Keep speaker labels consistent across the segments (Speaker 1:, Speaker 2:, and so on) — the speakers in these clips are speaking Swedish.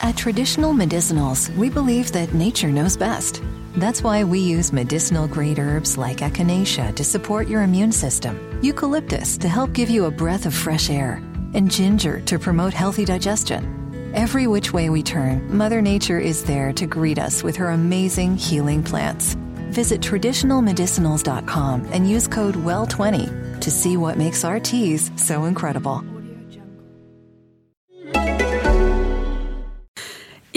Speaker 1: At Traditional Medicinals, we believe that nature knows best. That's why we use medicinal grade herbs like echinacea to support your immune system, eucalyptus to help give you a breath of fresh air, and ginger to promote healthy digestion. Every which way we turn, Mother Nature is there to greet us with her amazing healing plants. Visit traditionalmedicinals.com and use code WELL20 to see what makes our teas so incredible.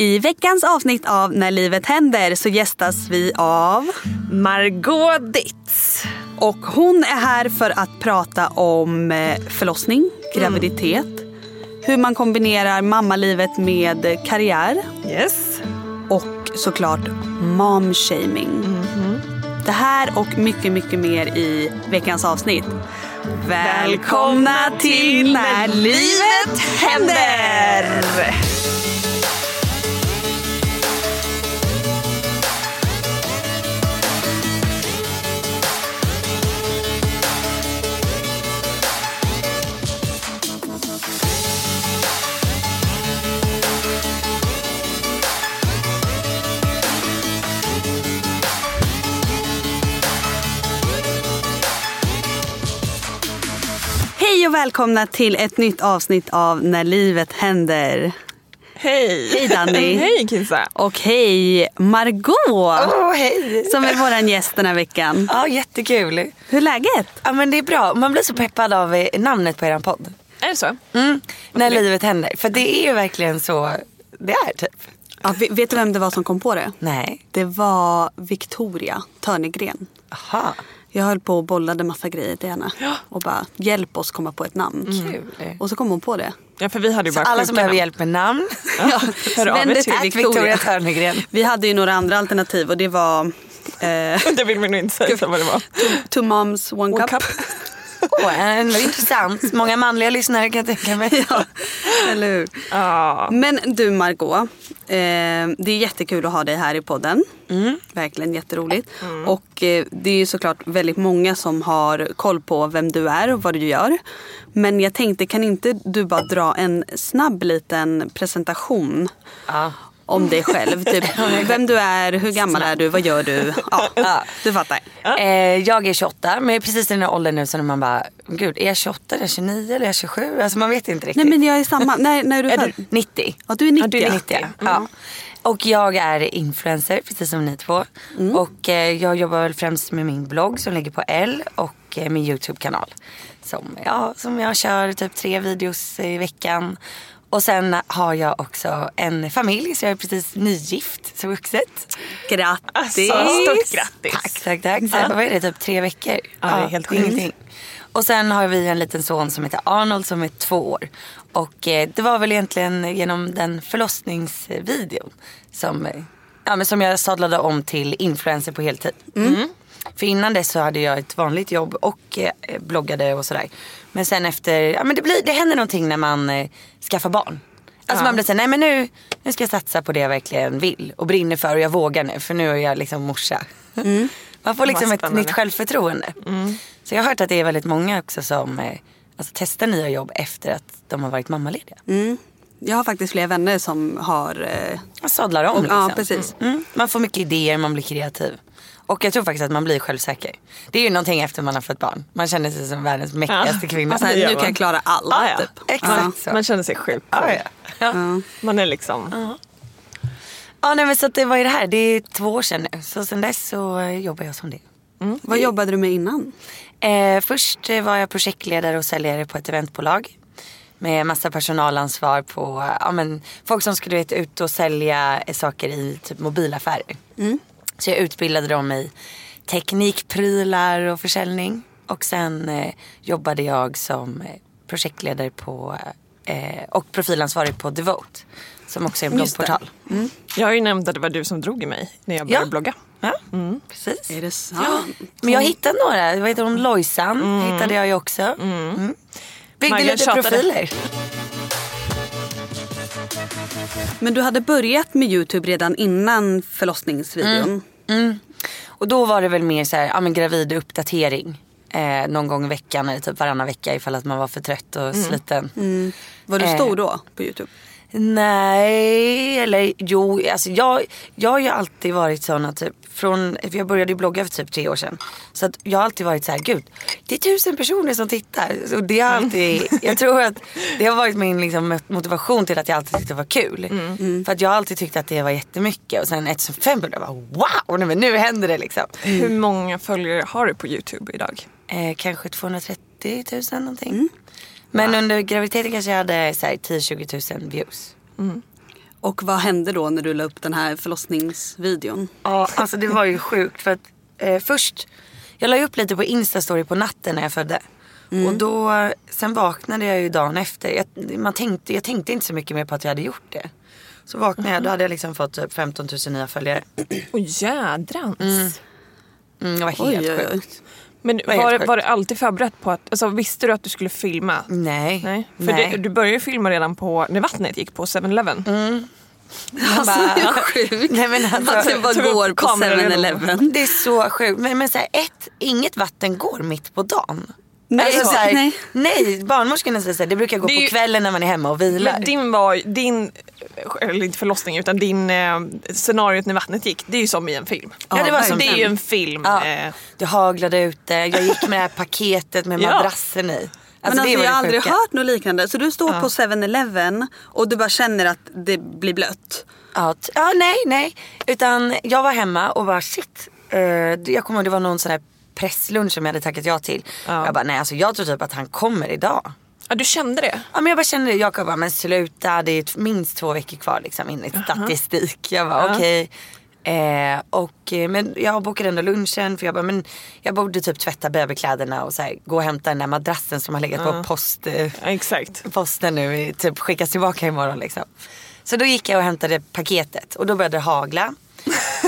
Speaker 2: I veckans avsnitt av När livet händer så gästas vi av
Speaker 3: Margot Ditz.
Speaker 2: och hon är här för att prata om eh, förlossning, graviditet, hur man kombinerar mammalivet med karriär
Speaker 3: Yes.
Speaker 2: och såklart momshaming. Det här och mycket, mycket mer i veckans avsnitt. Välkomna till När livet händer! Hej och välkomna till ett nytt avsnitt av När livet händer.
Speaker 3: Hej.
Speaker 2: Hej, Oh. Danny.
Speaker 3: hej Kinsa.
Speaker 2: Och hej Margot
Speaker 3: Åh hej.
Speaker 2: som är våran gäst den här veckan.
Speaker 3: Ja jättekul.
Speaker 2: Hur är läget?
Speaker 3: Ja men det är bra. Man blir så peppad av eh, namnet på eran podd.
Speaker 4: Är det så?
Speaker 3: Mm. När livet händer. För det är ju verkligen så det är typ.
Speaker 2: Ja, ve- vet du vem det var som kom på det?
Speaker 3: Nej.
Speaker 2: Det var Victoria Törnegren.
Speaker 3: Aha.
Speaker 2: Jag höll på och bollade massa grejer till henne och bara hjälp oss komma på ett namn.
Speaker 3: Kul.
Speaker 2: Och så kom hon på det.
Speaker 4: Ja för vi hade ju bara
Speaker 3: Alla
Speaker 4: sjuka
Speaker 3: som behöver
Speaker 4: namn.
Speaker 3: hjälp med namn.
Speaker 2: Ja,
Speaker 4: hör av
Speaker 2: vänd
Speaker 4: er
Speaker 2: er
Speaker 4: till
Speaker 2: till
Speaker 3: Victoria. Victoria Törnegren.
Speaker 2: Vi hade ju några andra alternativ och det var eh,
Speaker 4: Det vill vi nog inte säga vad det var.
Speaker 2: Two Moms One,
Speaker 4: One
Speaker 2: cup.
Speaker 4: cup.
Speaker 3: Åh, ändå intressant. Många manliga lyssnare kan jag tänka mig.
Speaker 2: ja, eller hur?
Speaker 4: Ja.
Speaker 2: Men du Margot, eh, det är jättekul att ha dig här i podden. Verkligen jätteroligt. Och eh, det är ju såklart väldigt många som har koll på vem du är och vad du gör. Men jag tänkte, kan inte du bara dra en snabb liten presentation
Speaker 3: Ja.
Speaker 2: om dig själv? Typ vem du är, hur gammal är du, vad gör du? Ja,
Speaker 3: Ja.
Speaker 2: du fattar.
Speaker 3: Eh, jag är 28, men jag är precis i den här åldern nu som man bara, gud är jag 28, är jag 29 eller är jag 27? Alltså man vet inte riktigt.
Speaker 2: Nej men jag är samma. När, när är du
Speaker 3: är
Speaker 2: född?
Speaker 3: du 90?
Speaker 2: Ja, du är 90.
Speaker 3: Ja, du är 90. Ja. Och jag är influencer precis som ni två.
Speaker 2: Mm.
Speaker 3: Och eh, jag jobbar väl främst med min blogg som ligger på L och eh, min YouTube-kanal. Som, ja, som jag kör typ tre videos i veckan. Och sen har jag också en familj så jag är precis nygift, så vuxet.
Speaker 2: Grattis!
Speaker 4: Alltså, stort grattis.
Speaker 3: Tack, tack, tack. Sen, Vad är det, typ tre veckor?
Speaker 4: Ja, det är helt sjukt.
Speaker 3: ingenting. Och sen har vi en liten son som heter Arnold som är två år. Och eh, det var väl egentligen genom den förlossningsvideon som, eh, ja, men som jag sadlade om till influencer på heltid. Mm. För innan dess så hade jag ett vanligt jobb och eh, bloggade och sådär. Men sen efter, ja men det, blir, det händer någonting när man eh, skaffar barn. Alltså man blir såhär, nej men nu, nu ska jag satsa på det jag verkligen vill och brinner för och jag vågar nu för nu är jag liksom morsa. Man får liksom ett
Speaker 4: Mm. spännande. Mm.
Speaker 3: nytt självförtroende. Så jag har hört att det är väldigt många också som eh, alltså, testar nya jobb efter att de har varit mammalediga.
Speaker 2: Mm. Jag har faktiskt flera vänner som har eh,
Speaker 3: Man sadlar om liksom.
Speaker 2: Ja, precis.
Speaker 3: Mm. Man får mycket idéer, man blir kreativ. Och jag tror faktiskt att man blir självsäker. Det är ju någonting efter man har fått barn. Man känner sig som världens mäktigaste kvinna.
Speaker 2: Alltså,
Speaker 4: det
Speaker 2: nu
Speaker 4: gör
Speaker 2: kan
Speaker 4: man.
Speaker 2: jag klara alla.
Speaker 4: Ah, ja.
Speaker 2: typ.
Speaker 3: Exakt så.
Speaker 4: Man känner sig sjuk.
Speaker 3: Ja, ja. Ja.
Speaker 2: Ja.
Speaker 4: Man är liksom,
Speaker 3: Ja, nej, men så att det, vad är det här? Det är två år sedan nu. Så sen dess så eh, jobbar jag som det.
Speaker 2: Vad jobbade du med innan?
Speaker 3: Eh, först eh, var jag projektledare och säljare på ett eventbolag. Med massa personalansvar på eh, ja, men, folk som skulle vet, ut och sälja eh, saker i typ, mobilaffärer.
Speaker 2: Mm.
Speaker 3: Så jag utbildade dem i teknikprylar och försäljning. Och sen eh, jobbade jag som eh, projektledare på, eh, och profilansvarig på Devote. Som också är en
Speaker 2: Just det.
Speaker 3: bloggportal.
Speaker 4: jag har ju nämnt att det var du som drog i mig när jag började blogga. Mm.
Speaker 3: Ja, precis.
Speaker 2: Är det sant?
Speaker 3: Men jag hittade några. Vad heter hon? Lojsan hittade jag ju också. Mm. Byggde
Speaker 4: Maggan
Speaker 3: lite
Speaker 4: tjatade.
Speaker 3: profiler.
Speaker 2: Men du hade börjat med Youtube redan innan förlossningsvideon.
Speaker 3: Och då var det väl mer så här, ja men gravid uppdatering. Eh, någon gång i veckan eller typ varannan vecka ifall att man var för trött och sliten.
Speaker 2: Var du
Speaker 3: Eh.
Speaker 2: stor då på Youtube?
Speaker 3: Nej, eller jo, alltså jag, jag har ju alltid varit sån att typ, från, för jag började ju blogga för typ tre år sedan. Så att jag har alltid varit så här, gud, det är tusen personer som tittar. Och det har alltid, jag tror att det har varit min liksom, motivation till att jag alltid tyckte det var kul. För att jag har alltid tyckt att det var jättemycket. Och sen 1500, bara, wow, nej, men nu händer det liksom.
Speaker 4: Hur många följare har du på Youtube idag?
Speaker 3: Eh, kanske 230 000 någonting. Men under graviditeten kanske jag hade så här 10-20 000 views.
Speaker 2: Och vad hände då när du la upp den här förlossningsvideon?
Speaker 3: Ja, alltså det var ju sjukt. För att eh, först, jag la ju upp lite på Instastory på natten när jag födde. Och då, sen vaknade jag ju dagen efter. Jag, man tänkte, jag tänkte inte så mycket mer på att jag hade gjort det. Så vaknade jag, då hade jag liksom fått typ 15 000 nya följare.
Speaker 4: Åh jädrans.
Speaker 3: Mm, det var helt
Speaker 2: Oj, oj, oj.
Speaker 3: sjukt.
Speaker 4: Men
Speaker 3: var helt
Speaker 4: var, det-
Speaker 3: sjukt.
Speaker 4: var det alltid förberett på att, alltså visste du att du skulle filma?
Speaker 3: Nej.
Speaker 4: Nej, för
Speaker 3: Nej. Mm.
Speaker 4: Det, du började ju filma redan på, när vattnet gick på 7-Eleven.
Speaker 2: Alltså
Speaker 3: bara-
Speaker 2: hur sjukt
Speaker 3: Nej, men alltså-
Speaker 2: att du bara
Speaker 4: Tog upp
Speaker 2: går på
Speaker 4: kameran redan.
Speaker 2: 7-Eleven.
Speaker 3: Det är så sjukt. Men, men så här, ett, inget vatten går mitt på dagen. Alltså,
Speaker 2: Nej,
Speaker 3: så här,
Speaker 2: nej.
Speaker 3: nej. barnmorskorna säger så här, det brukar gå
Speaker 4: Det är
Speaker 3: på
Speaker 4: ju-
Speaker 3: kvällen när man är hemma och vilar.
Speaker 4: Men din var din, eller inte förlossning utan din eh, scenariot när vattnet gick, det är ju som i en film.
Speaker 3: Ja, det var som
Speaker 4: det är
Speaker 3: den.
Speaker 4: ju en film.
Speaker 3: Ja.
Speaker 2: Mm,
Speaker 4: Eh,
Speaker 3: Det haglade ute, jag gick med det här paketet med
Speaker 4: Ja.
Speaker 3: madrassen i. Alltså,
Speaker 2: men alltså,
Speaker 3: det var
Speaker 2: jag har
Speaker 3: det
Speaker 2: aldrig
Speaker 3: sjuka.
Speaker 2: hört något liknande. Så du står på 7-Eleven och du bara känner att det blir blött.
Speaker 3: Ja, t- ja, nej, nej. Utan jag var hemma och bara shit. Eh, jag kommer ihåg det var någon sån här presslunch som jag hade tackat ja till.
Speaker 4: Ja.
Speaker 3: Jag bara nej alltså jag tror typ att han kommer idag.
Speaker 4: ja, du kände det?
Speaker 3: Ja, men jag bara kände det. Jakob bara, men sluta. Det är t- minst två veckor kvar liksom, enligt statistik. Jag bara, okej. Eh, och, eh, men jag bokade ändå lunchen för jag bara, men jag borde typ tvätta babykläderna och så här, gå och hämta den där madrassen som har legat på post, eh,
Speaker 4: Ja, exakt.
Speaker 3: posten nu. i- Typ skickas tillbaka imorgon liksom. Så då gick jag och hämtade paketet och då började det hagla.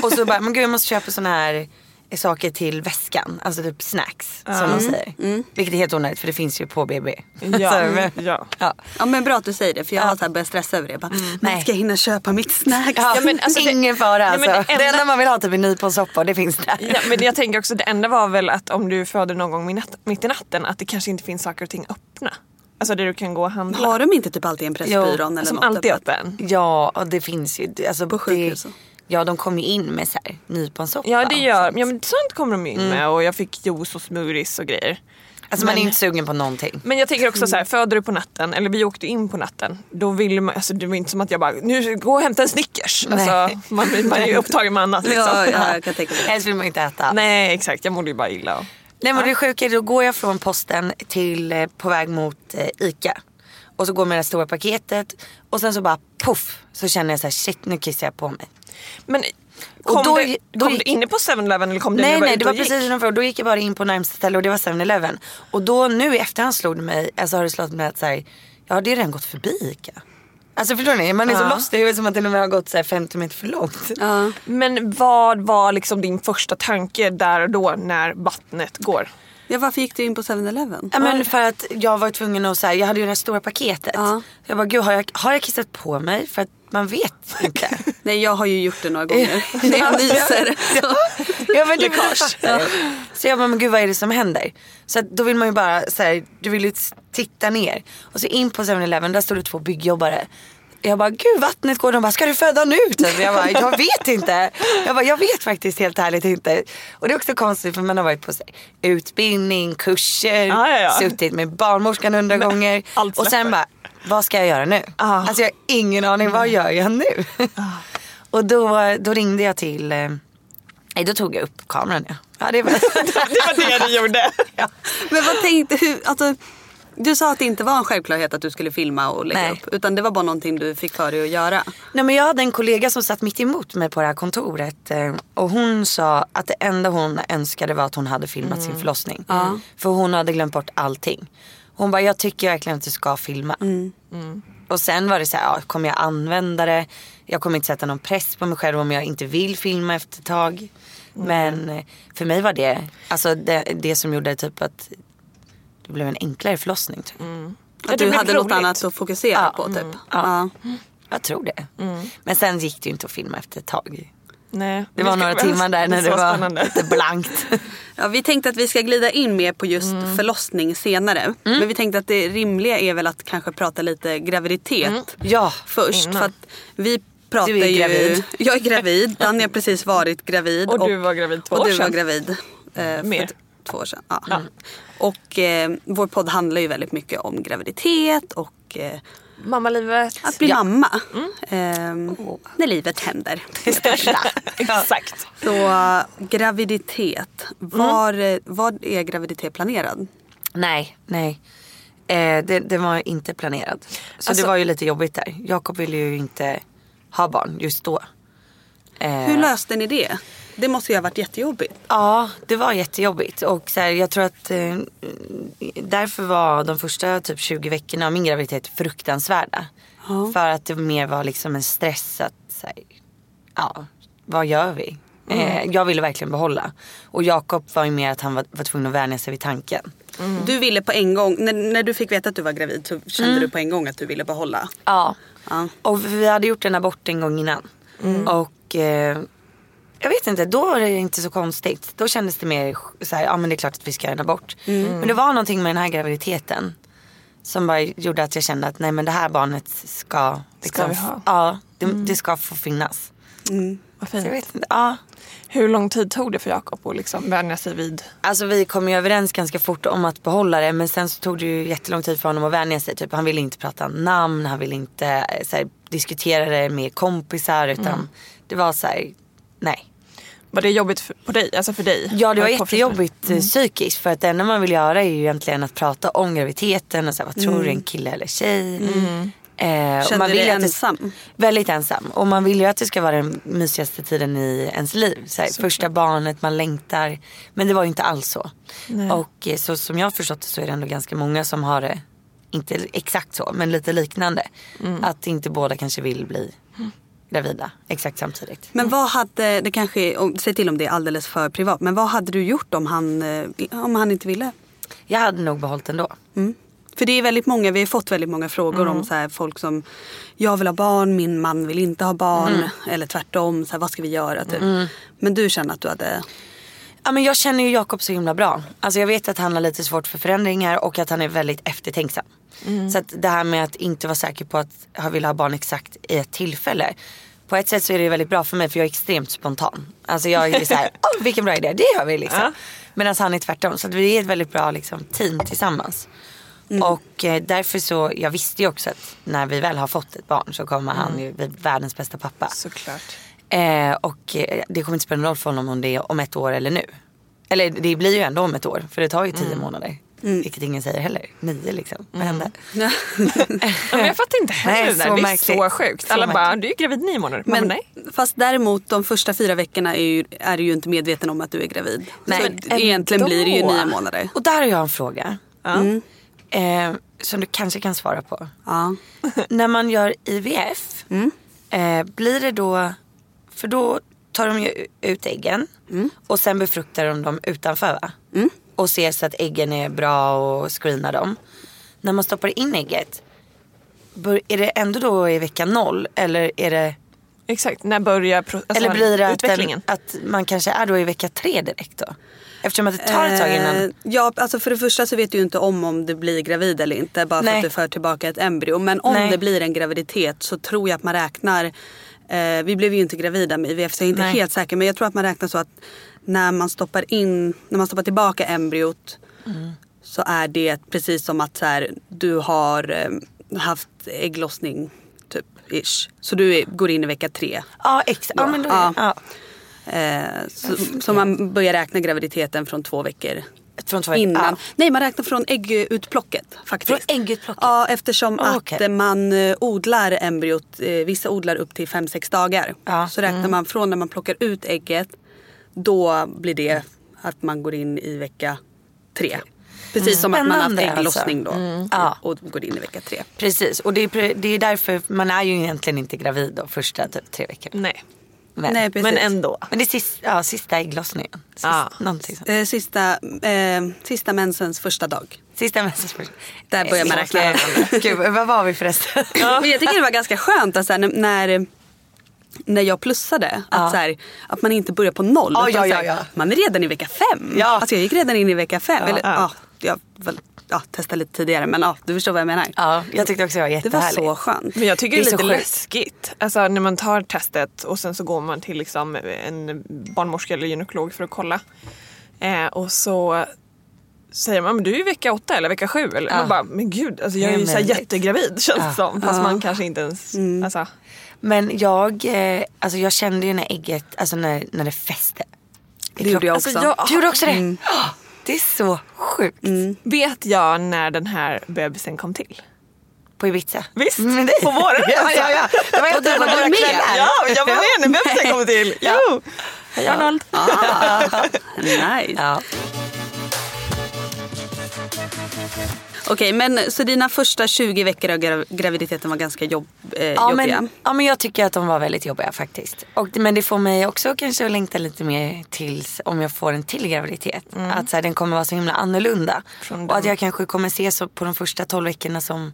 Speaker 3: Och så bara, men gud jag måste köpa såna här eh, saker till väskan. Alltså typ snacks som de säger. Vilket är helt onödigt för det finns ju på BB.
Speaker 4: Mm. Ja, mm,
Speaker 3: Så, men-
Speaker 4: ja.
Speaker 3: ja.
Speaker 2: Ja Mm. men bra att du säger det för jag har så här börjat stressa över det. Jag bara, men
Speaker 3: Nej.
Speaker 2: ska jag hinna köpa mitt snack?
Speaker 3: Ja,
Speaker 4: men alltså det-
Speaker 3: ingen fara
Speaker 4: Ja, men
Speaker 3: alltså.
Speaker 4: det
Speaker 3: Det
Speaker 4: enda-
Speaker 3: enda... man vill ha typ är nyponsoppa och det finns där.
Speaker 4: Ja, men jag tänker också, det enda var väl att om du föder någon gång i natt- mitt i natten att det kanske inte finns saker och ting öppna. Alltså där du kan gå och handla.
Speaker 2: Har de inte typ alltid en Pressbyrån
Speaker 3: Jo,
Speaker 2: eller
Speaker 4: som
Speaker 2: något?
Speaker 4: alltid är
Speaker 2: öppet?
Speaker 4: öppen.
Speaker 3: Ja, och det finns ju. det- Alltså,
Speaker 2: På sjukhusen.
Speaker 3: Det, ja, de kom ju in med så här, nyponsoppa.
Speaker 4: Ja det gör
Speaker 3: och sånt.
Speaker 4: ja, men sånt kommer de in
Speaker 3: Mm.
Speaker 4: med och jag fick juice och smoothies och grejer.
Speaker 3: Alltså man är inte sugen på någonting.
Speaker 4: Men jag tänker också så här, föder du på natten, eller vi åkte in på natten, då vill man, alltså det var inte som att jag bara, nu gå och hämta en Snickers. Alltså,
Speaker 3: Nej.
Speaker 4: man, man är ju upptagen med annat liksom.
Speaker 2: Ja, ja jag kan tänka mig.
Speaker 3: Helst vill man inte äta. Nej,
Speaker 4: Nej exakt, jag mådde ju bara illa. Och,
Speaker 3: men det sjuka är då går jag från posten till eh, på väg mot eh, ICA. Och så går jag med det här stora paketet och sen så bara poff så känner jag så här shit nu kissar jag på mig.
Speaker 4: men
Speaker 3: Och
Speaker 4: kom,
Speaker 3: då-
Speaker 4: du,
Speaker 3: då
Speaker 4: kom
Speaker 3: gick-
Speaker 4: du inne på 7-Eleven eller kom du
Speaker 3: Nej
Speaker 4: när du
Speaker 3: nej
Speaker 4: ute
Speaker 3: det var
Speaker 4: och gick?
Speaker 3: precis utanför. Då gick jag bara in på närmsta ställe och det var 7-Eleven. Och då nu i efterhand slog det mig, alltså har det slagit mig att så här, ja det är redan gått förbi Ica. Alltså förstår ni? Man är så
Speaker 4: Ja.
Speaker 3: lost i huvudet som att det nog har gått så här 50 meter för långt.
Speaker 2: Ja.
Speaker 4: Men vad var liksom din första tanke där och då när vattnet går?
Speaker 2: ja varför gick du in på 7-Eleven?
Speaker 3: Ja, men för att jag var tvungen att så här, jag hade ju det här stora paketet.
Speaker 2: Ja.
Speaker 3: Jag bara gud har jag, har jag kissat på mig? För att man vet inte.
Speaker 2: Nej jag har ju gjort det några gånger. När jag nyser. så-
Speaker 3: Ja, men det
Speaker 4: Läckage.
Speaker 3: fattar jag. Så jag bara, men gud vad är det som händer? Så att då vill man ju bara så här, du vill ju titta ner. Och så in på 7-Eleven, där står det två byggjobbare. Jag bara, gud vattnet går. De bara, ska du föda nu? Typ. Jag bara, jag vet inte. Jag bara, jag vet faktiskt helt ärligt inte. Och det är också konstigt för man har varit på så här, utbildning, kurser,
Speaker 4: Ja, ja, ja.
Speaker 3: suttit med barnmorskan hundra gånger.
Speaker 4: allt
Speaker 3: Och sen
Speaker 4: släpper.
Speaker 3: bara, vad ska jag göra nu?
Speaker 4: Ah. Mm.
Speaker 3: Alltså jag har ingen aning, vad gör jag nu? Och då, då ringde jag till, eh, nej då tog jag upp kameran ja. ja det var,
Speaker 4: Det var det du gjorde.
Speaker 2: Men vad tänkte du? Alltså, du sa att det inte var en självklarhet att du skulle filma och lägga
Speaker 3: Nej.
Speaker 2: upp. Utan det var bara någonting du fick för dig att göra.
Speaker 3: nej men jag hade en kollega som satt mitt emot mig på det här kontoret eh, och hon sa att det enda hon önskade var att hon hade filmat sin förlossning. För hon hade glömt bort allting. Hon bara, jag tycker verkligen att du ska filma. Och sen var det så här, ja, kommer jag använda det? Jag kommer inte sätta någon press på mig själv om jag inte vill filma efter ett tag. Men eh, för mig var det, alltså det, det som gjorde typ att det blev en enklare förlossning. Tror jag.
Speaker 4: det
Speaker 2: Att du
Speaker 4: blev
Speaker 2: hade något
Speaker 4: roligt.
Speaker 2: annat att fokusera på typ. Ja.
Speaker 3: Jag tror det. Men sen gick det ju inte att filma efter ett tag.
Speaker 4: Nej.
Speaker 3: Det var några timmar där när det,
Speaker 4: så
Speaker 3: var
Speaker 4: spännande.
Speaker 3: lite blankt.
Speaker 2: Ja, vi tänkte att vi ska glida in mer på just förlossning senare. Men vi tänkte att det rimliga är väl att kanske prata lite graviditet
Speaker 3: Ja,
Speaker 2: först.
Speaker 4: Innan.
Speaker 2: För att vi pratar
Speaker 3: Du är
Speaker 2: ju...
Speaker 3: gravid.
Speaker 2: Jag är gravid. Danja har precis varit gravid.
Speaker 4: Och du var gravid två
Speaker 2: och
Speaker 4: år
Speaker 2: du var
Speaker 4: sedan.
Speaker 2: gravid. eh, för
Speaker 4: Mer.
Speaker 2: t- Två år sedan. Ja. Och eh, vår podd handlar ju väldigt mycket om graviditet och eh,
Speaker 4: Mammalivet.
Speaker 2: att bli mamma.
Speaker 4: Mm.
Speaker 2: Ehm,
Speaker 4: Oh.
Speaker 2: När livet händer.
Speaker 4: Exakt.
Speaker 2: Så graviditet.
Speaker 4: Mm.
Speaker 2: Var, eh, var är graviditet planerad?
Speaker 3: Nej, nej. Eh, det, det var inte planerad. Så
Speaker 4: Alltså-
Speaker 3: det var ju lite jobbigt där. Jakob ville ju inte ha barn just då. Eh,
Speaker 2: Hur löste ni det? Det måste ju ha varit jättejobbigt.
Speaker 3: Ja, det var jättejobbigt. Och så här, jag tror att eh, därför var de första typ 20 veckorna av min graviditet fruktansvärda. För att det mer var liksom en stress att så här, ja, vad gör vi? Eh, jag ville verkligen behålla. Och Jakob var ju mer att han var, var tvungen att vänja sig vid tanken.
Speaker 2: Du ville på en gång, när, när du fick veta att du var gravid så kände
Speaker 3: Mm.
Speaker 2: du på en gång att du ville behålla.
Speaker 3: Ja.
Speaker 2: Ja.
Speaker 3: Och vi hade gjort en abort en gång innan.
Speaker 4: Mm.
Speaker 3: Och eh, jag vet inte, då var det inte så konstigt. Då kändes det mer så här, ja men det är klart att vi ska göra en abort.
Speaker 4: Mm.
Speaker 3: Men det var någonting med den här graviditeten. Som bara gjorde att jag kände att nej men det här barnet ska.
Speaker 4: vi ha?
Speaker 3: Ja, det, det ska få finnas.
Speaker 4: Vad
Speaker 3: Så jag
Speaker 4: fint.
Speaker 3: vet inte, ja.
Speaker 4: Hur lång tid tog det för Jakob att liksom vänja sig vid?
Speaker 3: Alltså vi kom ju överens ganska fort om att behålla det men sen så tog det ju jättelång tid för honom att vänja sig. Typ, han ville inte prata namn, han ville inte eh, så här, diskutera det med kompisar utan det var så här, nej.
Speaker 4: Var det jobbigt för, på dig? Alltså för dig?
Speaker 3: Ja det var
Speaker 4: Jakob, förstår du?
Speaker 3: jättejobbigt eh, psykiskt för att det enda man vill göra är ju egentligen att prata om graviditeten och så här, vad tror du, en kille eller tjej? Eh, och
Speaker 2: Kände
Speaker 3: man
Speaker 2: dig
Speaker 3: Mm. vill ju att Mm. det-
Speaker 2: ensam?
Speaker 3: Väldigt ensam. Och man vill ju att det ska vara den mysigaste tiden i ens liv. Så här, första barnet, man längtar. Men det var ju inte alls så. Och eh, så som jag har förstått det så är det ändå ganska många som har det, inte exakt så, men lite liknande. Att inte båda kanske vill bli gravida exakt samtidigt.
Speaker 2: Men vad hade, det kanske, om- säg till om det är alldeles för privat, men vad hade du gjort om han, eh, om han inte ville?
Speaker 3: Jag hade nog behållit ändå.
Speaker 2: Mm. För det är väldigt många, vi har fått väldigt många frågor
Speaker 3: Mm.
Speaker 2: om så här, folk som Jag vill ha barn, min man vill inte ha barn.
Speaker 3: Mm.
Speaker 2: Eller tvärtom, så här, vad ska vi göra? Typ. Men du känner att du hade...
Speaker 3: Ja, men jag känner ju Jakob så himla bra. Alltså, jag vet att han har lite svårt för förändringar och att han är väldigt eftertänksam. Så att det här med att inte vara säker på att han vill ha barn exakt i ett tillfälle. På ett sätt så är det väldigt bra för mig för jag är extremt spontan. Alltså jag är så här, åh vilken bra idé, det gör vi liksom. Medan han är tvärtom. Så att vi är ett väldigt bra liksom, team tillsammans. Och eh, därför så, jag visste ju också att när vi väl har fått ett barn så kommer han ju bli världens bästa pappa.
Speaker 4: Såklart.
Speaker 3: Eh, och eh, det kommer inte spela någon roll för honom om det är om ett år eller nu. Eller det blir ju ändå om ett år för det tar ju tio
Speaker 2: Mm.
Speaker 3: månader. Vilket ingen säger heller. Nio liksom. Vad hände?
Speaker 4: Ja, men jag fattar inte heller
Speaker 3: Nej,
Speaker 4: det där.
Speaker 3: så
Speaker 4: Det är
Speaker 3: märkligt.
Speaker 4: så sjukt.
Speaker 3: Så
Speaker 4: Alla bara,
Speaker 3: märkligt.
Speaker 4: du är gravid nio månader.
Speaker 2: Men,
Speaker 4: Men, nej.
Speaker 2: Fast däremot de första fyra veckorna är, ju, är du ju inte medveten om att du är gravid.
Speaker 3: Nej,
Speaker 2: så
Speaker 3: men
Speaker 2: egentligen blir det ju
Speaker 3: ändå.
Speaker 2: nio månader. Mm.
Speaker 3: Och där har jag en fråga. Eh, som du kanske kan svara på.
Speaker 2: Ja.
Speaker 3: När man gör IVF,
Speaker 2: Mm.
Speaker 3: eh, blir det då... För då tar de ju ut äggen
Speaker 2: Mm.
Speaker 3: och sen befruktar de dem utanför va? Och ser så att äggen är bra och screenar dem. När man stoppar in ägget, bör, är det ändå då i vecka noll? Eller, är det,
Speaker 4: Exakt, när börjar pro- alltså,
Speaker 3: eller blir det att, den,
Speaker 4: utvecklingen?
Speaker 3: att man kanske är då i vecka tre direkt då? Eftersom att det tar ett tag innan.
Speaker 2: Eh, Ja, alltså för det första så vet du ju inte om om du blir gravid eller inte bara för
Speaker 3: Nej.
Speaker 2: att du för tillbaka ett embryo. Men om
Speaker 3: Nej.
Speaker 2: det blir en graviditet så tror jag att man räknar, eh, vi blev ju inte gravida med IVF så jag är inte
Speaker 3: Nej.
Speaker 2: helt säker men jag tror att man räknar så att när man stoppar in, när man stoppar tillbaka embryot
Speaker 3: Mm.
Speaker 2: så är det precis som att så här, du har eh, haft ägglossning typ ish. Så du är, går in i vecka tre.
Speaker 3: Ja, exakt. Ja, men då,
Speaker 2: Ja.
Speaker 3: ja.
Speaker 2: Eh, så, så man börjar räkna graviditeten från två veckor
Speaker 3: Från två veckor.
Speaker 2: innan.
Speaker 3: Ja.
Speaker 2: Nej, man räknar från äggutplocket. Faktiskt.
Speaker 3: Från äggutplocket?
Speaker 2: Ja, eftersom
Speaker 3: Ah,
Speaker 2: att
Speaker 3: okej.
Speaker 2: man eh, odlar embryot, eh, vissa odlar upp till 5-6 dagar.
Speaker 3: Ja,
Speaker 2: Så räknar man från när man plockar ut ägget, då blir det att man går in i vecka 3. Precis som att man har haft
Speaker 3: Mm. Spännande,
Speaker 2: ägglossning
Speaker 3: alltså.
Speaker 2: då
Speaker 3: Mm. Ja.
Speaker 2: och går in i vecka 3.
Speaker 3: Precis, och det är, pre- det är därför man är ju egentligen inte gravid de första typ tre veckorna.
Speaker 4: Nej.
Speaker 3: Men,
Speaker 2: Nej, precis.
Speaker 4: Men ändå.
Speaker 3: men det är sista, ja, sista ägglossningen. Sist,
Speaker 4: Ja.
Speaker 3: någonting sånt.
Speaker 2: Eh, Sista, eh, sista mensens första dag.
Speaker 3: Sista mensensförst.
Speaker 2: Där börjar man räkna.
Speaker 3: Gud, vad var vi förresten?
Speaker 2: Men jag tycker det var ganska skönt att så här, när, när när jag plussade. Att, så här, att man inte börjar på noll.
Speaker 3: Ja,
Speaker 2: utan
Speaker 3: ja,
Speaker 2: så här,
Speaker 3: ja, ja.
Speaker 2: Man är redan i vecka fem.
Speaker 3: Ja.
Speaker 2: Alltså jag gick redan in i vecka fem. Ja. Eller,
Speaker 4: Ja.
Speaker 2: ja. jag väl, ja, testade lite tidigare men ja, du förstår vad jag menar.
Speaker 3: Ja, jag tyckte också det var
Speaker 2: Det var
Speaker 3: jättehärligt.
Speaker 2: så skönt.
Speaker 4: Men jag tycker det är,
Speaker 3: Det är
Speaker 4: lite
Speaker 3: så sjukt.
Speaker 4: läskigt. Alltså när man tar testet och sen så går man till liksom en barnmorska eller gynekolog för att kolla. Eh, och så säger man men du är i vecka åtta eller vecka sju. Eller?
Speaker 3: Ah.
Speaker 4: Man bara, men gud, alltså, jag är
Speaker 3: Hur
Speaker 4: ju så här
Speaker 3: möjligt?
Speaker 4: jättegravid känns det
Speaker 3: Ah.
Speaker 4: som. Fast man kanske inte ens...
Speaker 3: Mm.
Speaker 4: Alltså,
Speaker 3: Men jag, eh, alltså jag kände ju när ägget, alltså när, när det fäste. i
Speaker 2: Det gjorde jag
Speaker 3: kroppen.
Speaker 2: också. Mm.
Speaker 3: Alltså jag, du gjorde också det? Ah, Det är så sjukt.
Speaker 4: vet jag när den här bebisen kom till?
Speaker 3: På Ibiza.
Speaker 4: Visst,
Speaker 3: Men det-
Speaker 4: på våren
Speaker 3: ja, ja, ja. Det var
Speaker 2: Och
Speaker 3: ett
Speaker 2: du
Speaker 3: av
Speaker 2: var
Speaker 3: våra
Speaker 2: med?
Speaker 3: kvällar.
Speaker 4: Ja, jag var med när bebisen kom till. Jo.
Speaker 3: Hej Arnold.
Speaker 2: Nice.
Speaker 3: Ja.
Speaker 2: Okej men så dina första 20 veckor av gra- graviditeten var ganska jobb, eh,
Speaker 3: Ja,
Speaker 2: jobbiga.
Speaker 3: men, ja men jag tycker att de var väldigt jobbiga faktiskt. Och, men det får mig också kanske att längta lite mer tills om jag får en till graviditet. Att så här, den kommer vara så himla annorlunda.
Speaker 4: Mm. Från
Speaker 3: och att
Speaker 4: den-
Speaker 3: jag kanske kommer se så på de första 12 veckorna som i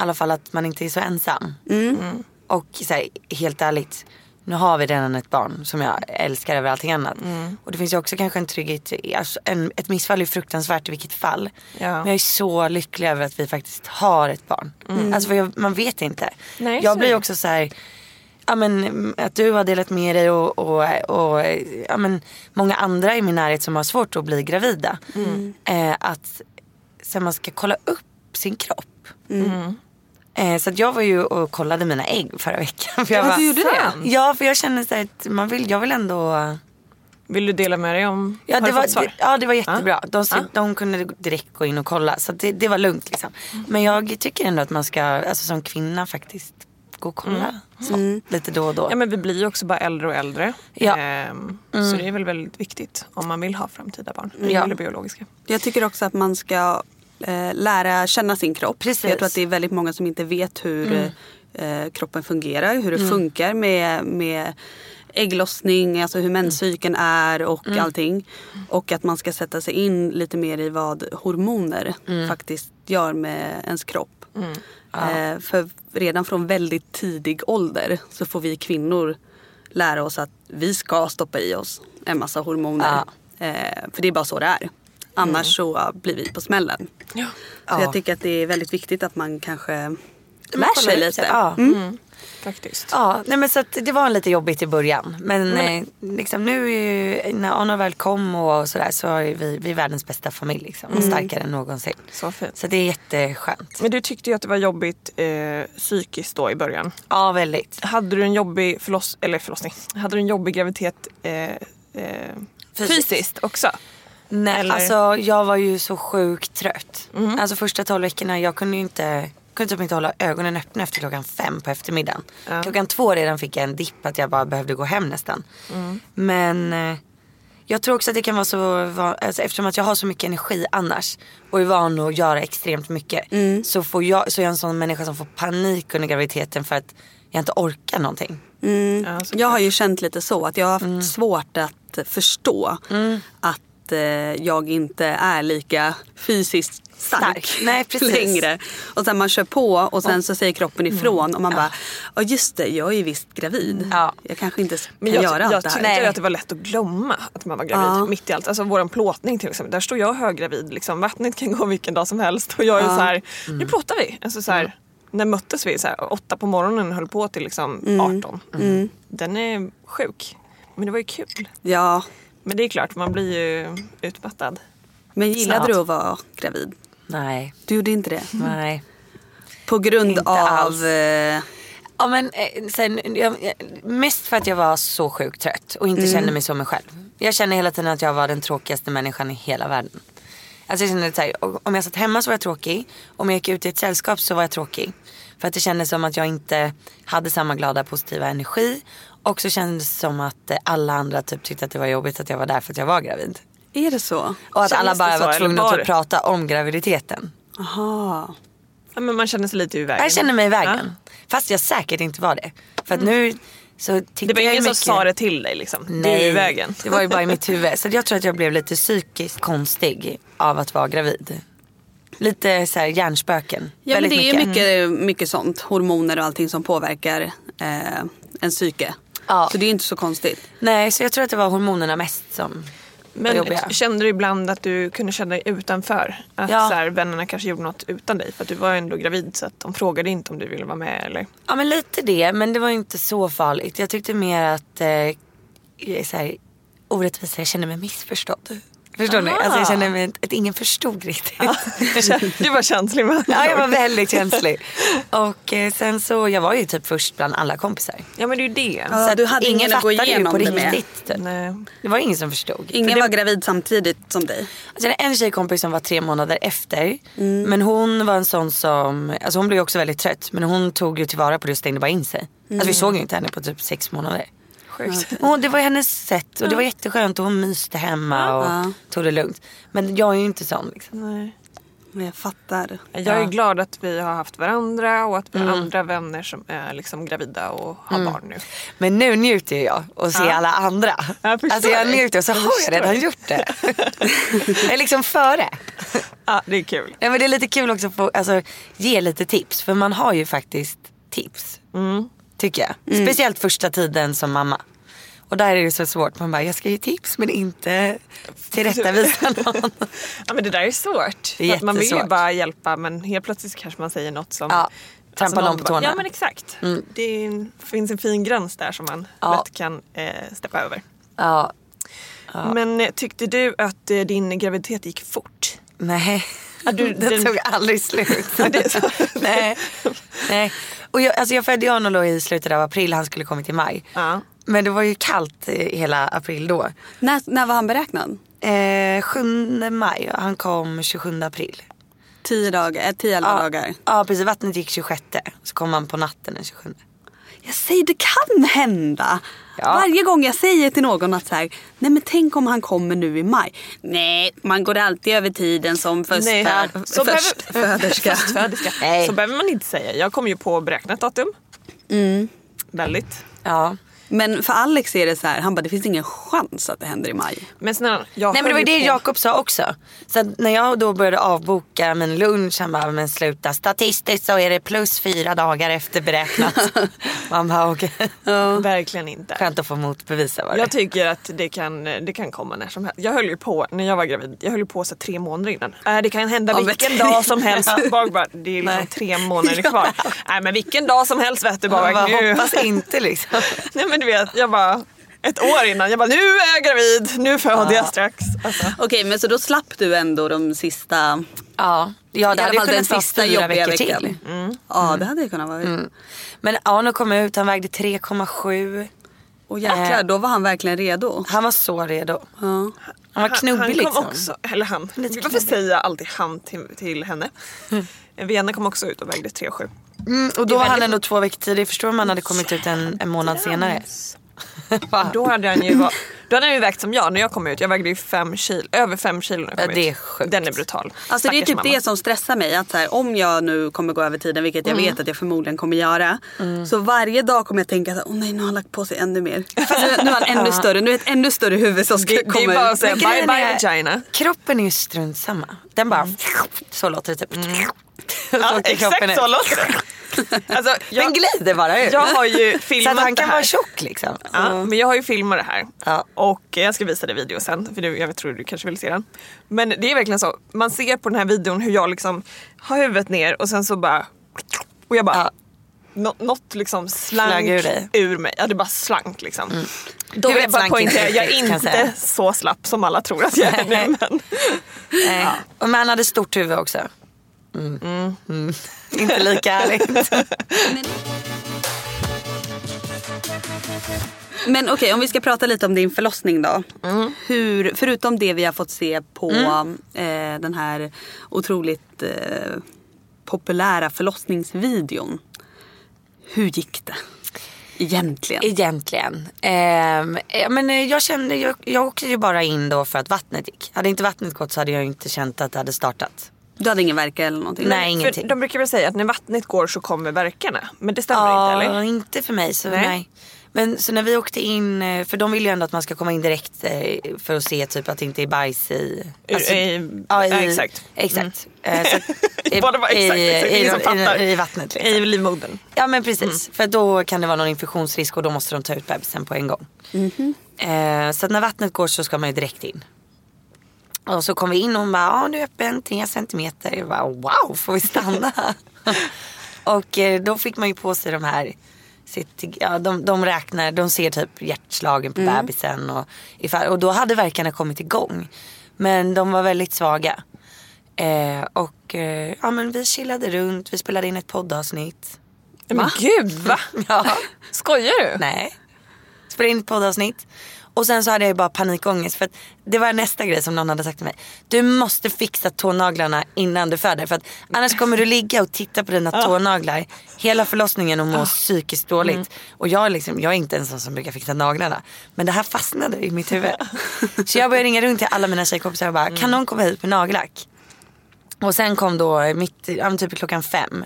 Speaker 3: alla fall att man inte är så ensam.
Speaker 4: Mm.
Speaker 3: Mm. Och så här, helt ärligt. Nu har vi redan ett barn som jag älskar över allting annat.
Speaker 4: Mm.
Speaker 3: Och det finns ju också kanske en trygghet. i- Alltså en, ett missfall är ju fruktansvärt i vilket fall.
Speaker 4: Ja.
Speaker 3: Men jag är så lycklig över att vi faktiskt har ett barn.
Speaker 4: Mm.
Speaker 3: Alltså för jag, man vet inte.
Speaker 4: Nej,
Speaker 3: jag
Speaker 4: så
Speaker 3: blir
Speaker 4: är det.
Speaker 3: också så här, ja, men, mm, att du har delat med dig och, och, och ja, men, många andra i min närhet som har svårt att bli gravida.
Speaker 4: Mm.
Speaker 3: Eh, att så här, man ska kolla upp sin kropp.
Speaker 4: Mm.
Speaker 3: Eh, så att jag var ju och kollade mina ägg förra veckan. För jag
Speaker 4: Ja,
Speaker 3: bara,
Speaker 4: du gjorde det?
Speaker 3: Ja, för jag kände så här att man vill, jag vill ändå
Speaker 4: Vill du dela med dig om...
Speaker 3: Ja
Speaker 4: har
Speaker 3: det,
Speaker 4: du
Speaker 3: var,
Speaker 4: fått svar?
Speaker 3: ja det var jättebra. De,
Speaker 4: Ja.
Speaker 3: de kunde direkt gå in och kolla så att det, det var lugnt liksom.
Speaker 4: Mm.
Speaker 3: Men jag tycker ändå att man ska, alltså som kvinna faktiskt gå och kolla så, lite då och då.
Speaker 4: Mm. Ja men vi blir ju också bara äldre och äldre.
Speaker 3: Ja. Mm.
Speaker 4: Ehm, Så det är väl väldigt viktigt om man vill ha framtida barn.
Speaker 3: Ja.
Speaker 4: Eller biologiska.
Speaker 2: Jag tycker också att man ska eh, lära känna sin kropp.
Speaker 3: Precis.
Speaker 2: Jag tror att det är väldigt många som inte vet hur eh, kroppen fungerar, hur det funkar med, med ägglossning, alltså hur menscykeln är och allting. Och att man ska sätta sig in lite mer i vad hormoner faktiskt gör med ens kropp.
Speaker 4: Mm.
Speaker 2: Eh, för redan från väldigt tidig ålder så får vi kvinnor lära oss att vi ska stoppa i oss en massa hormoner.
Speaker 3: Ja. Mm.
Speaker 2: Eh, för det är bara så det är. Annars så blir vi på smällen.
Speaker 4: Ja.
Speaker 2: Så
Speaker 3: Ja.
Speaker 2: jag tycker att det är väldigt viktigt att man kanske
Speaker 3: Man
Speaker 2: lär
Speaker 3: kollar
Speaker 2: sig
Speaker 3: upp
Speaker 2: lite.
Speaker 3: Ja.
Speaker 4: Mm. Faktiskt.
Speaker 3: Ja, nej men så att det var lite jobbigt i början. Men
Speaker 4: Mm.
Speaker 3: eh, liksom nu är ju, när Anna väl kom och sådär så är vi, vi är världens bästa familj liksom. Och starkare än någonsin.
Speaker 4: Så fint.
Speaker 3: Så det är jätteskönt.
Speaker 4: Mm. Men du tyckte ju att det var jobbigt eh, psykiskt då i början.
Speaker 3: Ja väldigt.
Speaker 4: Hade du en jobbig förloss eller förlossning? Hade du en jobbig graviditet eh, eh,
Speaker 3: Fysiskt.
Speaker 4: fysiskt också?
Speaker 3: Nej,
Speaker 4: Eller?
Speaker 3: alltså jag var ju så sjukt trött. Alltså första tolv veckorna, jag kunde ju inte, kunde typ inte hålla ögonen öppna efter klockan fem på eftermiddagen. Klockan två redan fick jag en dipp att jag bara behövde gå hem nästan. Mm. Men eh, jag tror också att det kan vara så, va- alltså, eftersom att jag har så mycket energi annars och är van att göra extremt mycket. Så, får jag, så är jag en sån människa som får panik under graviditeten för att jag inte orkar någonting.
Speaker 4: Ja, så-
Speaker 2: Jag har ju känt lite så att jag har haft
Speaker 3: Mm.
Speaker 2: svårt att förstå att eh, jag inte är lika fysiskt stark,
Speaker 3: Stark. Nej, precis. Mm.
Speaker 2: längre. Och sen man kör på och sen så säger kroppen ifrån och man bara ja just det jag är ju visst gravid.
Speaker 3: Ja.
Speaker 2: Jag kanske inte kan
Speaker 4: Men jag,
Speaker 2: göra
Speaker 4: jag
Speaker 2: allt det
Speaker 4: tyckte
Speaker 2: här.
Speaker 3: Nej.
Speaker 4: att det var lätt att glömma att man var gravid
Speaker 2: Ja.
Speaker 4: mitt i allt. Alltså vår plåtning till exempel, där står jag höggravid. Liksom. Vattnet kan gå vilken dag som helst och jag är så här, nu
Speaker 3: Mm.
Speaker 4: plåtar vi. Alltså, så här, När möttes vi? Så här, åtta på morgonen höll på till liksom
Speaker 3: Mm.
Speaker 4: 18. Den är sjuk. Men det var ju kul.
Speaker 2: Ja,
Speaker 4: Men det är klart, man blir ju utmattad.
Speaker 2: men gillade
Speaker 3: Snart.
Speaker 2: du att vara gravid?
Speaker 3: Nej,
Speaker 2: Du gjorde inte det?
Speaker 3: nej.
Speaker 2: På grund
Speaker 3: Inte alls.
Speaker 2: av... eh,
Speaker 3: Ja men eh, sen, jag, jag- mest för att jag var så sjukt trött och
Speaker 4: Mm.
Speaker 3: inte kände mig som mig själv. Jag kände hela tiden att jag var den tråkigaste människan i hela världen. Alltså jag kände så här, o- om jag satt hemma så var jag tråkig. Om jag gick ut i ett sällskap så var jag tråkig. För att det kändes som att jag inte hade samma glada positiva energi. Och så kändes det som att eh, alla andra typ tyckte att det var jobbigt att jag var där för att jag var gravid.
Speaker 2: Är det så?
Speaker 3: Och att
Speaker 4: Kändes
Speaker 3: alla bara
Speaker 4: det så,
Speaker 3: var
Speaker 4: eller
Speaker 3: tvungna
Speaker 4: var
Speaker 3: att
Speaker 4: det?
Speaker 3: typ prata om graviditeten.
Speaker 2: Aha.
Speaker 4: Ja, men man känner sig lite ur vägen.
Speaker 3: Jag kände mig i vägen.
Speaker 4: Ja. Mm.
Speaker 3: Fast jag säkert inte var det. För att nu så tittar
Speaker 4: Det var
Speaker 3: jag ju
Speaker 4: ingen som
Speaker 3: mycket...
Speaker 4: sa det till dig liksom. Du är
Speaker 3: Nej,
Speaker 4: ur vägen.
Speaker 3: det var ju bara i mitt huvud. Så jag tror att jag blev lite psykiskt konstig av att vara gravid. Lite så här hjärnspöken.
Speaker 2: Ja men
Speaker 3: Väldigt
Speaker 2: det är
Speaker 3: mycket.
Speaker 2: mycket, mycket sånt. Hormoner och allting som påverkar eh, en psyke.
Speaker 3: Ja.
Speaker 2: Så det är inte så konstigt.
Speaker 3: Mm. Nej, så jag tror att det var hormonerna mest som var
Speaker 4: Men
Speaker 3: jobbiga.
Speaker 4: kände du ibland att du kunde känna dig utanför? Att
Speaker 3: Ja.
Speaker 4: så här, vännerna kanske gjorde något utan dig? För att du var ju ändå gravid så att de frågade inte om du ville vara med eller?
Speaker 3: Ja men lite det, men det var ju inte så farligt. Jag tyckte mer att eh, jag är så här, orättvisa, jag kände mig missförstådd. Förstår ni?
Speaker 4: Aha.
Speaker 2: Ah.
Speaker 3: Alltså jag kände mig, att ingen förstod riktigt.
Speaker 4: Du var känslig med
Speaker 3: Ja, jag var väldigt känslig. Och eh, sen så, jag var ju typ först bland alla kompisar.
Speaker 4: Ja men det är ju det.
Speaker 2: Ja,
Speaker 3: så att
Speaker 2: du hade ingen att gå
Speaker 3: fattade ju
Speaker 2: igenom
Speaker 3: på
Speaker 2: det med.
Speaker 3: riktigt. Typ.
Speaker 4: Nej.
Speaker 3: Det var ingen som förstod.
Speaker 2: Ingen
Speaker 3: För det,
Speaker 2: var gravid samtidigt som dig.
Speaker 3: Sen en tjejkompis som var tre månader efter. Men hon var en sån som, alltså hon blev också väldigt trött. Men hon tog ju tillvara på det och stängde bara in sig. Alltså vi såg ju inte henne på typ sex månader.
Speaker 4: Sjukt.
Speaker 3: Och det var hennes sätt och det var jätteskönt och hon myste hemma och
Speaker 2: Ja.
Speaker 3: tog det lugnt. Men jag är ju inte sån liksom.
Speaker 4: Nej.
Speaker 2: Men jag fattar.
Speaker 4: Jag är glad att vi har haft varandra och att vi har andra vänner som är liksom gravida och har barn nu.
Speaker 3: Men nu njuter ju jag och ser alla andra.
Speaker 4: Jag förstår
Speaker 3: alltså jag
Speaker 4: dig.
Speaker 3: njuter och så har jag redan gjort det. jag är liksom före.
Speaker 4: Ja, det är kul.
Speaker 3: Nej, men det är lite kul också att få, alltså, ge lite tips för man har ju faktiskt tips. Tycker jag.
Speaker 4: Mm.
Speaker 3: Speciellt första tiden som mamma. Och där är det så svårt. Man bara, jag ska ge tips men inte tillrättavisa någon.
Speaker 4: Ja, men det där är svårt.
Speaker 3: Det är
Speaker 4: För att man vill ju
Speaker 3: jättesvårt.
Speaker 4: bara hjälpa men helt plötsligt kanske man säger något som... alltså
Speaker 3: Ja, trampar någon
Speaker 4: bara-
Speaker 3: på tårna. Mm.
Speaker 4: Ja men exakt. Det är en, finns en fin gräns där som man
Speaker 3: Ja.
Speaker 4: lätt kan eh, steppa över.
Speaker 3: ja,
Speaker 4: Men eh, tyckte du att eh, din graviditet gick fort?
Speaker 3: Nej.
Speaker 4: du-
Speaker 3: det
Speaker 4: den-
Speaker 3: tog aldrig slut. Nej. Nej. Och jag, alltså jag födde ju Arnold i slutet av april, han skulle kommit i maj.
Speaker 4: Ja.
Speaker 3: Men det var ju kallt eh, hela april då.
Speaker 2: När, när var han beräknad?
Speaker 3: Eh, 7 maj, och han kom 27 april.
Speaker 2: Tio dagar, eh, tio elva dagar.
Speaker 3: Ja precis, vattnet gick 26. Så kom han på natten den 27.
Speaker 2: Jag säger det kan hända.
Speaker 3: Ja.
Speaker 2: Varje gång jag säger till någon att så här, nej men tänk om han kommer nu i maj. Nej, man går alltid över tiden som
Speaker 4: Nej,
Speaker 2: förstföderska.
Speaker 4: så
Speaker 2: Först,
Speaker 4: behöver-
Speaker 2: föderska.
Speaker 4: Förstföderska.
Speaker 3: Nej.
Speaker 4: Så behöver man inte säga. Jag kom ju på beräknat datum.
Speaker 3: Mm.
Speaker 4: Väldigt.
Speaker 3: Ja.
Speaker 2: Men för Alex är det så här, han bara det finns ingen chans att det händer i maj.
Speaker 4: Men snälla, jag
Speaker 3: Nej men det var ju
Speaker 4: höll
Speaker 3: det
Speaker 4: på-
Speaker 3: Jakob sa också. Så att när jag då började avboka min lunch, han bara, men sluta statistiskt så är det plus fyra dagar efter beräknat. Man bara okej.
Speaker 4: Verkligen inte.
Speaker 3: Skönt att få motbevisa vad det
Speaker 4: Jag tycker att det kan, det kan komma när som helst. Jag höll ju på när jag var gravid. Jag höll ju på så här tre månader innan. Äh, det kan hända
Speaker 2: Ja,
Speaker 4: vilken
Speaker 2: vet du.
Speaker 4: dag som helst. Bara, bara, det är liksom
Speaker 3: Nej.
Speaker 4: tre månader kvar. Nej men vilken dag som helst vet du bara.
Speaker 3: Man bara
Speaker 4: nu.
Speaker 3: hoppas inte liksom.
Speaker 4: Nej men du vet, jag bara ett år innan. Jag bara nu är jag gravid, nu föder jag strax. Alltså,
Speaker 2: Okej, men så då slapp du ändå de sista,
Speaker 3: Ja, ja
Speaker 2: i
Speaker 3: det hade
Speaker 2: alla
Speaker 3: ju
Speaker 2: fall den
Speaker 3: kunnat vara
Speaker 2: sista
Speaker 3: fyra
Speaker 2: jobbiga
Speaker 3: veckor
Speaker 2: veckan. Mm.
Speaker 3: till.
Speaker 2: Ja, det hade ju kunnat vara.
Speaker 3: Men Arno kom ut, han vägde 3,7.
Speaker 2: Och jäklar,
Speaker 3: Eh.
Speaker 2: då var han verkligen redo.
Speaker 3: Han var så redo.
Speaker 2: Ja.
Speaker 3: Han var knubbig
Speaker 4: han kom
Speaker 3: liksom.
Speaker 4: också, eller han,
Speaker 3: Lite
Speaker 4: varför säger jag alltid han till, till henne? Vienna kom också ut och vägde 3,7.
Speaker 3: Mm, och
Speaker 4: Det
Speaker 3: då var
Speaker 4: är
Speaker 3: han
Speaker 4: väldigt-
Speaker 3: ändå två veckor tidigare. Förstår du om han hade kommit ut en, en månad senare. Va?
Speaker 4: Då hade han ju, var, då hade han ju vägt som jag när jag kom ut. Jag vägde ju fem kilo, över fem kilo när jag
Speaker 3: Ja,
Speaker 4: kom
Speaker 3: det är
Speaker 4: ut.
Speaker 3: sjukt.
Speaker 4: Den är brutal.
Speaker 2: Alltså det är
Speaker 4: Stackars
Speaker 2: typ
Speaker 4: mamma.
Speaker 2: det som stressar mig. Att så här, om jag nu kommer gå över tiden, vilket jag vet att jag förmodligen kommer göra. Så varje dag kommer jag tänka så här, åh nej nu har han lagt på sig ännu mer. Fast nu, nu har han ännu större, nu är det ett ännu större huvud som ska
Speaker 4: Det, det är
Speaker 2: komma
Speaker 4: bara att
Speaker 2: ut.
Speaker 4: säga
Speaker 3: Men grejen
Speaker 4: bye bye
Speaker 3: är-
Speaker 4: vagina.
Speaker 3: Kroppen är ju strunt samma. Den bara... Så låter det typ. Så
Speaker 4: Mm. Ja,
Speaker 3: åker kroppen
Speaker 4: exakt
Speaker 3: ut.
Speaker 4: så låter det. Alltså,
Speaker 3: Den glider bara ut.
Speaker 4: Jag har ju
Speaker 3: Så att
Speaker 4: filmat
Speaker 3: han
Speaker 4: det
Speaker 3: kan vara
Speaker 4: här.
Speaker 3: tjock liksom.
Speaker 4: Ja, men jag har ju filmat det här
Speaker 3: Ja.
Speaker 4: och jag ska visa dig videon sen för du, jag tror du kanske vill se den. Men det är verkligen så, man ser på den här videon hur jag liksom har huvudet ner och sen så bara och jag bara
Speaker 3: Ja.
Speaker 4: Nå- något liksom slank
Speaker 3: Flög ur dig.
Speaker 4: ur, mig. Ja det bara slank liksom. Då
Speaker 3: Huvudet
Speaker 4: vill jag bara
Speaker 3: slank inte
Speaker 4: poängtera, jag är
Speaker 3: riktigt, kan jag
Speaker 4: inte
Speaker 3: säga.
Speaker 4: så slapp som alla tror att jag är nu. Men
Speaker 3: Nej. Och men han hade stort huvud också. Mm. Mm. Inte lika härligt.
Speaker 2: Men okej, om vi ska prata lite om din förlossning då. Hur, förutom det vi har fått se på eh, den här otroligt eh, populära förlossningsvideon. Hur gick det? Egentligen.
Speaker 3: Egentligen. Ehm, ja, men eh, jag kände, jag, jag åkte ju bara in då för att vattnet gick. Hade inte vattnet gått så hade jag ju inte känt att det hade startat.
Speaker 2: Du hade ingen värk eller någonting?
Speaker 3: Nej,
Speaker 4: för
Speaker 3: ingenting.
Speaker 4: de brukar väl säga att när vattnet går så kommer verkarna. Men det stämmer inte
Speaker 3: Ja,
Speaker 4: eller?
Speaker 3: inte för mig. Så
Speaker 4: Nej.
Speaker 3: nej. Men så när vi åkte in, eh, för de vill ju ändå att man ska komma in direkt eh, för att se typ att det inte är bajs i... alltså,
Speaker 4: I- i- ja, exakt. Mm.
Speaker 3: Exakt. Eh, så att-
Speaker 4: Bara bara exakt,
Speaker 3: i-
Speaker 4: exakt.
Speaker 3: i-
Speaker 4: Ingen som
Speaker 3: i-
Speaker 4: fattar.
Speaker 3: I vattnet liksom.
Speaker 4: I livmodern.
Speaker 3: Ja men precis. För då kan det vara någon infektionsrisk och då måste de ta ut bebisen på en gång. Eh, så att när vattnet går så ska man ju direkt in. Och så kom vi in och hon bara, ja du är öppen 3 centimeter. Jag bara, wow, får vi stanna? och eh, då fick man ju på sig de här, sitt, ja, de, de räknar, de ser typ hjärtslagen på bebisen. Och, ifall, och då hade verkarna kommit igång. Men de var väldigt svaga. Eh, och eh, ja, men vi chillade runt, vi spelade in ett poddavsnitt.
Speaker 4: Nej, Men gud va?
Speaker 3: Ja.
Speaker 4: Skojar du?
Speaker 3: Nej. Spelade in ett poddavsnitt. Och sen så hade jag ju bara panikångest för att det var nästa grej som någon hade sagt till mig. Du måste fixa tånaglarna innan du föder för att annars kommer du ligga och titta på dina tånaglar hela förlossningen och må psykiskt dåligt. Och jag är, liksom, jag är inte en sån som brukar fixa naglarna. Men det här fastnade i mitt huvud. så jag började ringa runt till alla mina tjejkompisar och bara kan någon komma hit med nagellack? Och sen kom då mitt, ja, men typ klockan fem.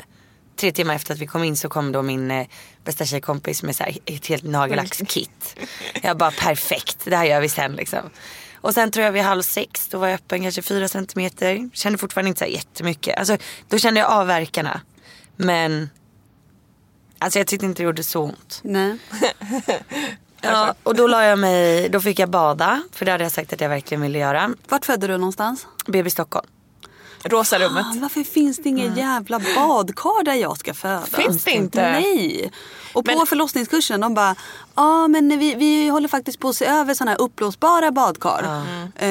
Speaker 3: Tre timmar efter att vi kom in så kom då min eh, bästa tjejkompis med så här ett helt nagellackskit. Jag bara perfekt, det här gör vi sen liksom. Och sen tror jag vid halv sex, då var jag öppen kanske fyra centimeter. Kände fortfarande inte så här jättemycket. Alltså då kände jag av värkarna. Men alltså jag tyckte inte det gjorde så ont.
Speaker 2: Nej.
Speaker 3: Ja, och då la jag mig, då fick jag bada. För det hade jag sagt att jag verkligen ville göra.
Speaker 2: Vart födde du någonstans?
Speaker 3: BB Stockholm.
Speaker 4: Rosa rummet.
Speaker 2: Ah, varför finns det ingen jävla badkar där jag ska föda?
Speaker 4: Finns det inte?
Speaker 2: Nej. Och på
Speaker 4: Men-
Speaker 2: förlossningskursen de bara, ja men vi, vi håller faktiskt på att se över sådana här uppblåsbara badkar. Eh,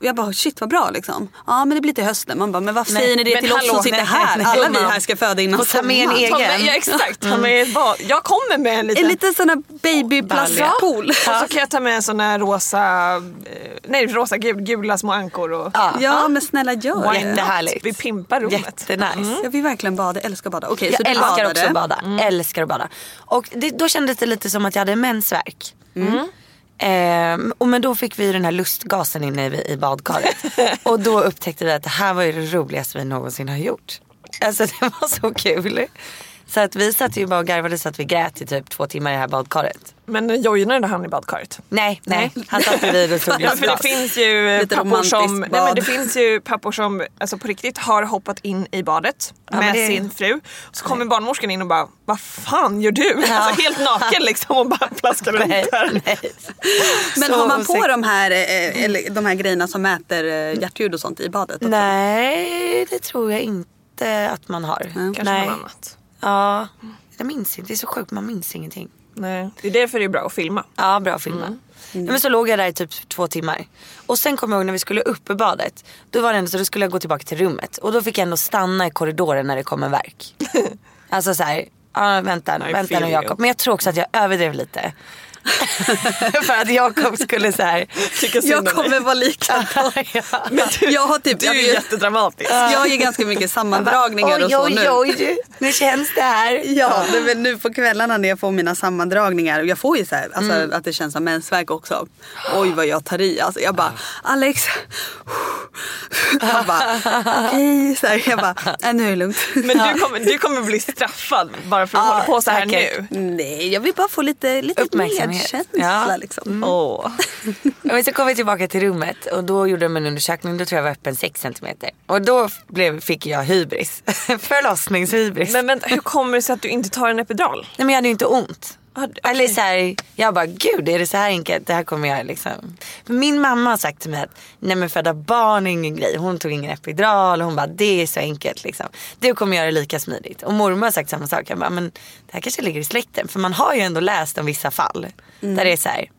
Speaker 2: jag bara shit vad bra liksom. Ja men det blir till hösten. Man bara, men varför
Speaker 3: Nej,
Speaker 2: säger ni det
Speaker 3: men
Speaker 2: till oss
Speaker 3: hallå,
Speaker 2: som sitter
Speaker 3: nej,
Speaker 2: här?
Speaker 3: nej,
Speaker 2: Alla vi
Speaker 3: gumman.
Speaker 2: här ska föda innan
Speaker 3: Får ta med en
Speaker 2: sommaren.
Speaker 3: egen. Mm.
Speaker 4: Ta med, ja, exakt, ta med ett bad. Jag kommer med en liten.
Speaker 2: En liten sån här babyplastpool.
Speaker 4: Och så kan jag ta med en sån här rosa, eh, nej rosa gul, gula små ankor och
Speaker 3: Ja.
Speaker 2: Ja men snälla gör det.
Speaker 3: Jättehärligt.
Speaker 4: vi pimpar rummet.
Speaker 3: Jättenice.
Speaker 2: Jag vill verkligen bada, jag älskar att bada. Okej så
Speaker 3: Jag
Speaker 2: du
Speaker 3: älskar
Speaker 2: badade.
Speaker 3: också att bada. Älskar att bada. Och det, då kändes det lite som att jag hade mensvärk. Ehm, och men då fick vi ju den här lustgasen inne i, i badkaret. och då upptäckte vi att det här var ju det roligaste vi någonsin har gjort. Alltså det var så kul. Så att vi satt ju bara och garvade så att vi grät i typ två timmar i det här badkaret.
Speaker 4: Men joinade han i badkaret?
Speaker 3: Nej, nej. Han satt bredvid och tog
Speaker 4: Ja, för det
Speaker 3: lustgas.
Speaker 4: finns ju
Speaker 2: Lite
Speaker 4: pappor som,
Speaker 2: romantiskt
Speaker 4: nej, men
Speaker 2: bad.
Speaker 4: det finns ju pappor som alltså, på riktigt har hoppat in i badet
Speaker 3: men
Speaker 4: med
Speaker 3: det-
Speaker 4: sin fru. Så kommer barnmorskan in och bara, vad fan gör du? Alltså helt naken liksom och bara plaskar runt
Speaker 3: Nej,
Speaker 4: där.
Speaker 3: nej.
Speaker 2: Men
Speaker 3: Så
Speaker 2: har man på
Speaker 3: osäker.
Speaker 2: de här,
Speaker 4: Mm.
Speaker 2: eh, eller, de här grejerna som mäter eh, hjärtljud och sånt i badet? också?
Speaker 3: Nej, det tror jag inte att man har.
Speaker 4: Kanske
Speaker 3: nej.
Speaker 4: något annat.
Speaker 3: Ja, jag minns inte. Det är så sjukt, man minns ingenting. Mm.
Speaker 4: Nej. Det är därför det är bra att filma.
Speaker 3: Ja, bra filmat. Nej, men så låg jag där i typ två timmar. Och sen kommer jag ihåg när vi skulle upp i badet. Då var det ändå så då skulle jag gå tillbaka till rummet. Och då fick jag ändå stanna i korridoren när det kom en verk. alltså så här, ja vänta nu,
Speaker 4: I
Speaker 3: vänta
Speaker 4: feel
Speaker 3: nu
Speaker 4: you.
Speaker 3: Jakob. Men jag tror också att jag överdrev lite. För att Jakob skulle så här.
Speaker 4: Tycker synd om
Speaker 2: Jag
Speaker 4: dig.
Speaker 2: kommer vara likadan.
Speaker 3: ja.
Speaker 2: Jag har typ,
Speaker 4: Du är
Speaker 2: jag,
Speaker 4: ju
Speaker 2: jag,
Speaker 4: jättedramatisk.
Speaker 2: jag är ganska mycket sammandragningar och
Speaker 3: oj,
Speaker 2: så
Speaker 3: oj,
Speaker 2: nu.
Speaker 3: oj, nu känns det här.
Speaker 2: Ja, nej, men nu på kvällarna när jag får mina sammandragningar. och Jag får ju så här, alltså,
Speaker 4: Mm.
Speaker 2: att det känns som mensvärk också. Oj vad jag tar i. Alltså, jag bara, Alex. Jag bara, okej. så här, Jag bara, äh, nu är det lugnt.
Speaker 4: Men du kommer, du kommer bli straffad bara för att
Speaker 3: Ja,
Speaker 4: hålla på så här
Speaker 3: säkert.
Speaker 4: nu.
Speaker 2: Ah, Nej, jag vill bara få lite, lite
Speaker 3: Uppmärksamhet.
Speaker 2: medkänsla
Speaker 3: Ja. Mm.
Speaker 2: liksom.
Speaker 4: Åh.
Speaker 3: Ja, Men så kom vi tillbaka till rummet och då gjorde de en undersökning. Då tror jag var öppen 6 centimeter. Och då blev, fick jag hybris. Förlossningshybris.
Speaker 4: Men vänta, hur kommer det sig att du inte tar en epidural?
Speaker 3: Nej men jag hade ju inte ont.
Speaker 4: Ja, d-
Speaker 3: Eller så här, jag bara gud är det så här enkelt? Det här kommer jag liksom. För min mamma har sagt till mig att nej men föda barn är ingen grej. Hon tog ingen epidural. Hon bara det är så enkelt liksom. Du kommer göra det lika smidigt. Och mormor har sagt samma sak. Jag bara men det här kanske ligger i släkten. För man har ju ändå läst om vissa fall.
Speaker 4: Mm.
Speaker 3: Där det är så här.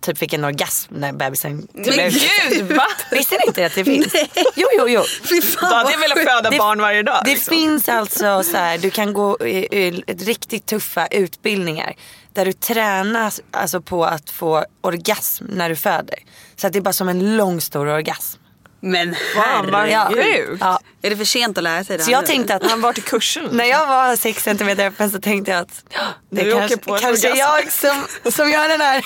Speaker 3: Typ fick en orgasm när bebisen
Speaker 2: Men
Speaker 4: Gud va?
Speaker 3: Visste ni inte att det finns? Jo jo jo.
Speaker 2: Fy fan
Speaker 4: Då
Speaker 2: vad
Speaker 4: hade jag velat
Speaker 2: sjukt.
Speaker 4: föda
Speaker 3: Det-
Speaker 4: barn varje dag.
Speaker 3: Det
Speaker 4: liksom.
Speaker 3: finns alltså så här, du kan gå i, i riktigt tuffa utbildningar där du tränas alltså på att få orgasm när du föder. Så att det är bara som en lång stor orgasm.
Speaker 2: Men
Speaker 4: Fan, vad
Speaker 2: herregud.
Speaker 4: sjukt.
Speaker 3: Ja.
Speaker 2: Är det för sent att lära sig det
Speaker 3: Så
Speaker 2: här
Speaker 3: jag
Speaker 2: nu?
Speaker 3: tänkte att
Speaker 4: Han var till kursen.
Speaker 3: när jag var 6 cm öppen så tänkte jag att "Ja, det
Speaker 4: Du
Speaker 3: kanske,
Speaker 4: åker på en
Speaker 3: kanske är jag som, som gör den här.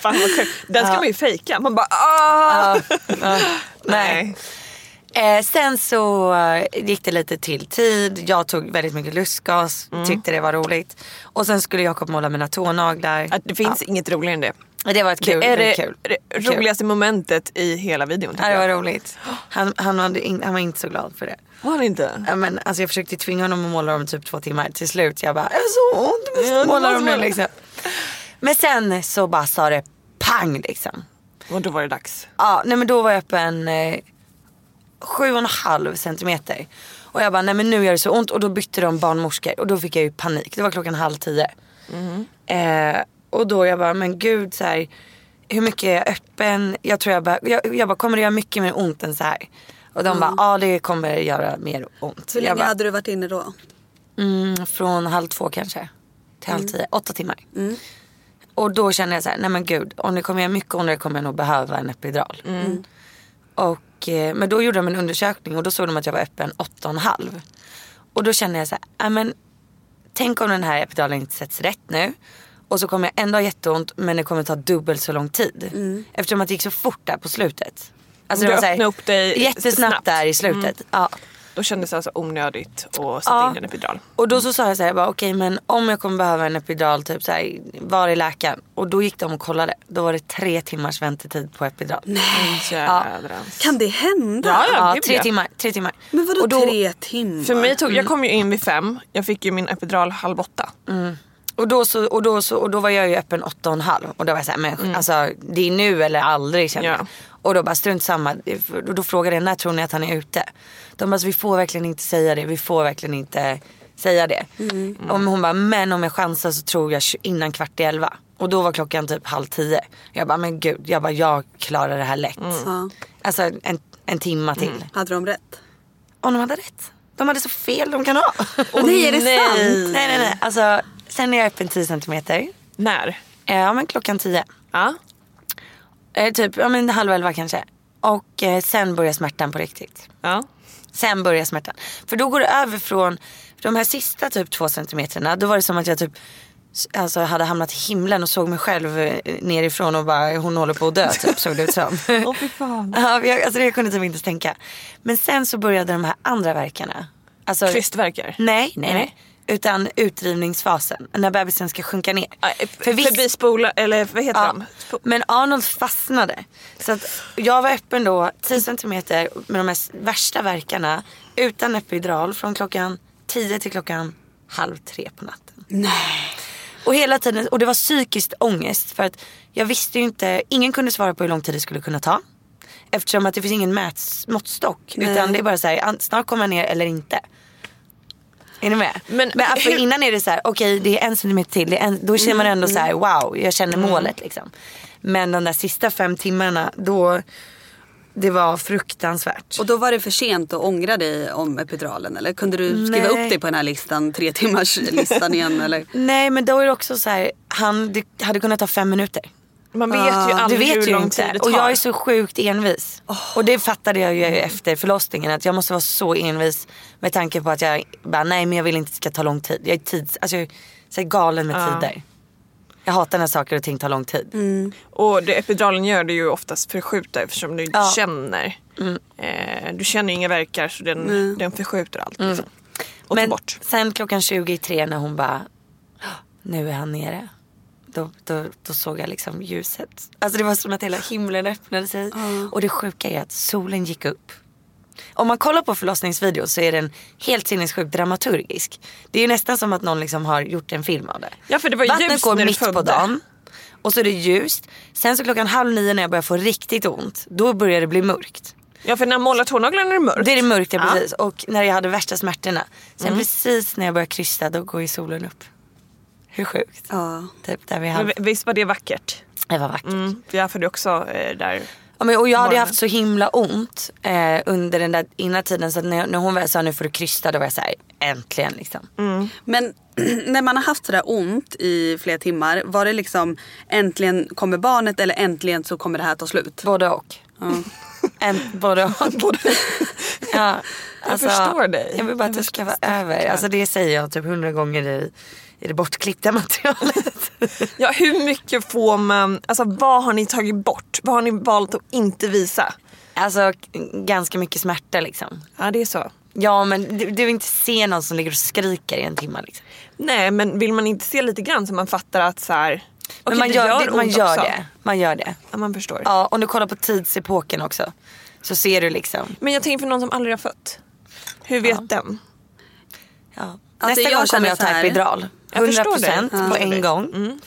Speaker 4: Fan, vad sjukt. Den ska man ju fejka. Man bara ah.
Speaker 3: Nej. Eh, sen så eh, gick det lite till tid. Jag tog väldigt mycket lustgas.
Speaker 4: Mm.
Speaker 3: Tyckte det var roligt. Och sen skulle Jakob måla mina tånaglar.
Speaker 4: Att Det finns inget roligare än det.
Speaker 3: Ja, det var ett kul.
Speaker 4: det är det,
Speaker 3: kul.
Speaker 4: det
Speaker 3: Kul.
Speaker 4: roligaste momentet i hela videon. tycker
Speaker 3: Ja, det var
Speaker 4: jag.
Speaker 3: roligt. Han, han, hade in, han var inte så glad för det.
Speaker 4: Var han inte?
Speaker 3: Ja, Men, alltså, jag försökte tvinga honom att måla dem i typ två timmar. Till slut jag bara, jag har så ont, du måste
Speaker 4: Ja, du
Speaker 3: måla
Speaker 4: måste
Speaker 3: dem nu
Speaker 4: måla.
Speaker 3: liksom. Men sen så bara sa det pang liksom.
Speaker 4: Och då var det dags.
Speaker 3: Ja, nej men då var jag öppen eh, sju och en halv centimeter. Och jag bara, nej men nu gör det så ont. Och då bytte de barnmorskor och då fick jag ju panik. Det var klockan halv tio. Eh, och då jag bara, men gud så här, hur mycket är jag öppen? Jag tror jag bara, jag, jag bara kommer det göra mycket mer ont än så här? Och de bara, ja det kommer göra mer ont.
Speaker 2: Hur
Speaker 3: jag
Speaker 2: länge
Speaker 3: bara,
Speaker 2: hade du varit inne då?
Speaker 3: Mm, från halv två kanske. Till
Speaker 4: Mm.
Speaker 3: halv tio. Åtta timmar. Och då kände jag så här, nej men gud. Om det kommer göra mycket ondare kommer jag nog behöva en epidural.
Speaker 4: Mm.
Speaker 3: Och, eh, men då gjorde de en undersökning och då såg de att jag var öppen åtta och en halv. Och då kände jag så här, nej men tänk om den här epiduralen inte sätts rätt nu. Och så kommer jag ändå ha jätteont men det kommer ta dubbelt så lång tid. Eftersom att det gick så fort där på slutet. Alltså
Speaker 4: Mm. Du
Speaker 3: så här,
Speaker 4: öppnade upp dig
Speaker 3: Jättesnabbt
Speaker 4: snabbt. Mm.
Speaker 3: där i slutet. Ja.
Speaker 4: Då kändes det alltså onödigt att sätta
Speaker 3: Ja.
Speaker 4: in en epidural.
Speaker 3: Och då så sa jag så här, jag bara, okej men om jag kommer behöva en epidural, typ så här, var är läkaren? Och då gick de och kollade. Då var det tre timmars väntetid på epidural.
Speaker 4: Mm, Jädrans.
Speaker 2: Kan det hända?
Speaker 4: Ja, ja. gud,
Speaker 3: tre
Speaker 4: ja.
Speaker 3: timmar. Tre timmar.
Speaker 2: Men vadå
Speaker 3: och då,
Speaker 2: tre timmar?
Speaker 4: För mig tog, jag kom ju in vid fem, jag fick ju min epidural halv åtta.
Speaker 3: Mm. Och då, så, och, då så, och då var jag ju öppen åtta och en halv. Och då var jag så här, men alltså det är nu eller aldrig kände
Speaker 4: Ja.
Speaker 3: jag. Och då bara strunt samma. Och då frågade jag, när tror ni att han är ute? De bara, så vi får verkligen inte säga det. Vi får verkligen inte säga det. Och hon bara, men om jag chansar så tror jag tj- innan kvart i elva. Och då var klockan typ halv tio. Jag bara, men gud. Jag bara, jag klarar det här lätt.
Speaker 2: Ja.
Speaker 3: Alltså en, en timma till.
Speaker 2: Hade de rätt?
Speaker 3: Och de hade rätt. De hade så fel de kan ha.
Speaker 2: nej, är det
Speaker 3: nej.
Speaker 2: sant?
Speaker 3: Nej, nej, nej. Alltså, sen är jag öppen 10 centimeter.
Speaker 4: När?
Speaker 3: Eh, Ja men klockan 10.
Speaker 4: Ja.
Speaker 3: Eh, typ ja, men halv elva kanske. Och eh, sen börjar smärtan på riktigt.
Speaker 4: ja.
Speaker 3: Sen börjar smärtan. För då går det över från de här sista typ två centimeterna. Då var det som att jag typ s- Alltså hade hamnat i himlen och såg mig själv eh, nerifrån och bara hon håller på att dö typ såg det ut som.
Speaker 4: Åh, fy fan.
Speaker 3: Ja, men jag, alltså jag kunde typ inte tänka. Men sen så började de här andra verkarna. Alltså,
Speaker 4: Krystvärkar?
Speaker 3: Nej, nej, nej.
Speaker 4: Nej.
Speaker 3: Utan utdrivningsfasen. När bebisen ska sjunka ner. För visst-
Speaker 4: Förbi spola, Äh, eller vad heter
Speaker 3: Ja,
Speaker 4: de?
Speaker 3: men Arnold fastnade. Så att jag var öppen då 10 centimeter med de här s- värsta verkarna utan epidural från klockan 10 till klockan halv tre på natten. Nej. Och hela tiden, och det var psykiskt ångest för att jag visste ju inte, ingen kunde svara på hur lång tid det skulle kunna ta. Eftersom att det finns ingen mäts, måttstock utan det är bara så här, an- snart kommer jag ner eller inte. Är ni med? Men,
Speaker 4: Men
Speaker 3: alltså,
Speaker 4: hur-
Speaker 3: innan är det så här, okej det är en centimeter till. Det är en, då känner man ändå så här,
Speaker 4: Mm.
Speaker 3: wow, jag känner målet liksom. Men de där sista fem timmarna, då, det var fruktansvärt.
Speaker 2: Och då var det för sent att ångra dig om epiduralen eller kunde du skriva
Speaker 3: Nej.
Speaker 2: upp dig på den här listan, tre timmars listan igen eller?
Speaker 3: Nej men då är det också så här, han det hade kunnat ta fem minuter.
Speaker 4: Man vet ju
Speaker 3: Ja,
Speaker 4: aldrig
Speaker 3: Ah, du vet
Speaker 4: hur
Speaker 3: ju
Speaker 4: lång
Speaker 3: inte.
Speaker 4: tid det tar.
Speaker 3: Och jag är så sjukt envis. Och det fattade jag ju efter förlossningen att jag måste vara så envis med tanke på att jag bara nej men jag vill inte att det ska ta lång tid. Jag är tids, alltså jag är så här galen med
Speaker 4: Ah.
Speaker 3: tider. Jag hatar när saker och ting tar lång tid.
Speaker 4: Och det epiduralen gör det ju oftast förskjuta eftersom du inte
Speaker 3: Ja. Mm.
Speaker 4: känner. Eh, du känner ju inga verkar så den, den förskjuter allt. Liksom. Och
Speaker 3: Mm. men
Speaker 4: tar bort.
Speaker 3: sen klockan 23 när hon bara nu är han nere. Då, då, då såg jag liksom ljuset. Alltså det var som att hela himlen öppnade sig. Och det sjuka är att solen gick upp. Om man kollar på förlossningsvideos så är den helt sinnessjukt dramaturgisk. Det är ju nästan som att någon liksom har gjort en film av det.
Speaker 4: Ja, för det var ju
Speaker 3: Vattnet
Speaker 4: ljust
Speaker 3: går
Speaker 4: när du
Speaker 3: mitt på
Speaker 4: födde.
Speaker 3: dagen. Och så är det ljust. Sen så klockan halv nio när jag börjar få riktigt ont. Då börjar det bli mörkt.
Speaker 4: Ja för när man målar tånaglarna är det mörkt.
Speaker 3: Det är det mörkt ja,
Speaker 4: Ja. Mm.
Speaker 3: precis. Och när jag hade värsta smärtorna. Sen precis när jag började krysta då går ju solen upp. Hur sjukt?
Speaker 2: Ja.
Speaker 3: Typ där vi
Speaker 4: Men
Speaker 3: hade.
Speaker 4: vi- visst var det vackert?
Speaker 3: Det var vackert.
Speaker 4: Mm. Jag födde också eh, där.
Speaker 3: Ja, men, och jag hade ju
Speaker 4: Morgonen.
Speaker 3: haft så himla ont eh, under den där innan tiden. Så att när, när hon väl sa nu får du krysta då var jag så här, äntligen liksom.
Speaker 4: Mm.
Speaker 2: Men när man har haft sådär ont i flera timmar, var det liksom äntligen kommer barnet eller äntligen så kommer det här ta slut?
Speaker 3: Både och. En, både och. ja, alltså,
Speaker 4: Jag förstår dig.
Speaker 3: Jag vill bara att
Speaker 4: Jag
Speaker 3: det ska vara över. Alltså det säger jag typ hundra gånger i, i det bortklippta materialet.
Speaker 4: Ja hur mycket får man, alltså vad har ni tagit bort? Vad har ni valt att inte visa?
Speaker 3: Alltså k- ganska mycket smärta liksom.
Speaker 4: Ja, det är så.
Speaker 3: Ja men du, du vill inte se någon som ligger och skriker i en timme liksom.
Speaker 4: Nej, men vill man inte se lite grann så man fattar att så här, okej,
Speaker 3: men man
Speaker 4: det
Speaker 3: gör, det,
Speaker 4: ont
Speaker 3: man gör
Speaker 4: också.
Speaker 3: det. Man gör det.
Speaker 4: Ja, man förstår.
Speaker 3: Ja, om du kollar på tidsepoken också. Så ser du liksom.
Speaker 4: Men jag tänker för någon som aldrig har fött. Hur vet den?
Speaker 3: Ja.
Speaker 2: Alltså,
Speaker 3: Nästa
Speaker 2: jag
Speaker 3: gång kommer
Speaker 2: känner
Speaker 3: jag
Speaker 2: så
Speaker 3: ta
Speaker 2: här-
Speaker 3: epidural.
Speaker 4: Jag förstår det.
Speaker 3: 100%
Speaker 4: Ja. Mm.
Speaker 3: på en gång.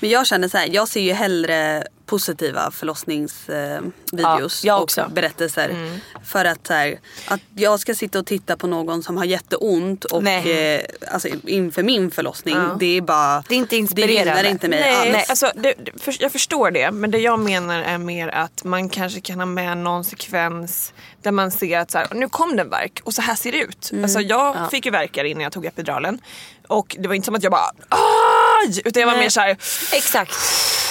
Speaker 2: Men jag känner så här, jag ser ju hellre positiva förlossningsvideos eh, videos
Speaker 3: jag
Speaker 2: och
Speaker 3: också. Mm.
Speaker 2: berättelser. För att, så här, att jag ska sitta och titta på någon som har jätteont och
Speaker 3: Nej.
Speaker 2: eh, alltså, inför min förlossning. Det är bara...
Speaker 3: Det är inte inspirerande.
Speaker 2: Det gynnar inte mig Ah,
Speaker 4: Nej,
Speaker 2: alls.
Speaker 4: Alltså, det, det- för, jag förstår det. Men det jag menar är mer att man kanske kan ha med någon sekvens där man ser att så här, nu kom den verk och så här ser det ut. Alltså, jag fick ju verkar innan jag tog epiduralen. Och det var inte som att jag bara aj! Utan jag var
Speaker 3: Nej.
Speaker 4: mer så här,
Speaker 3: Exakt.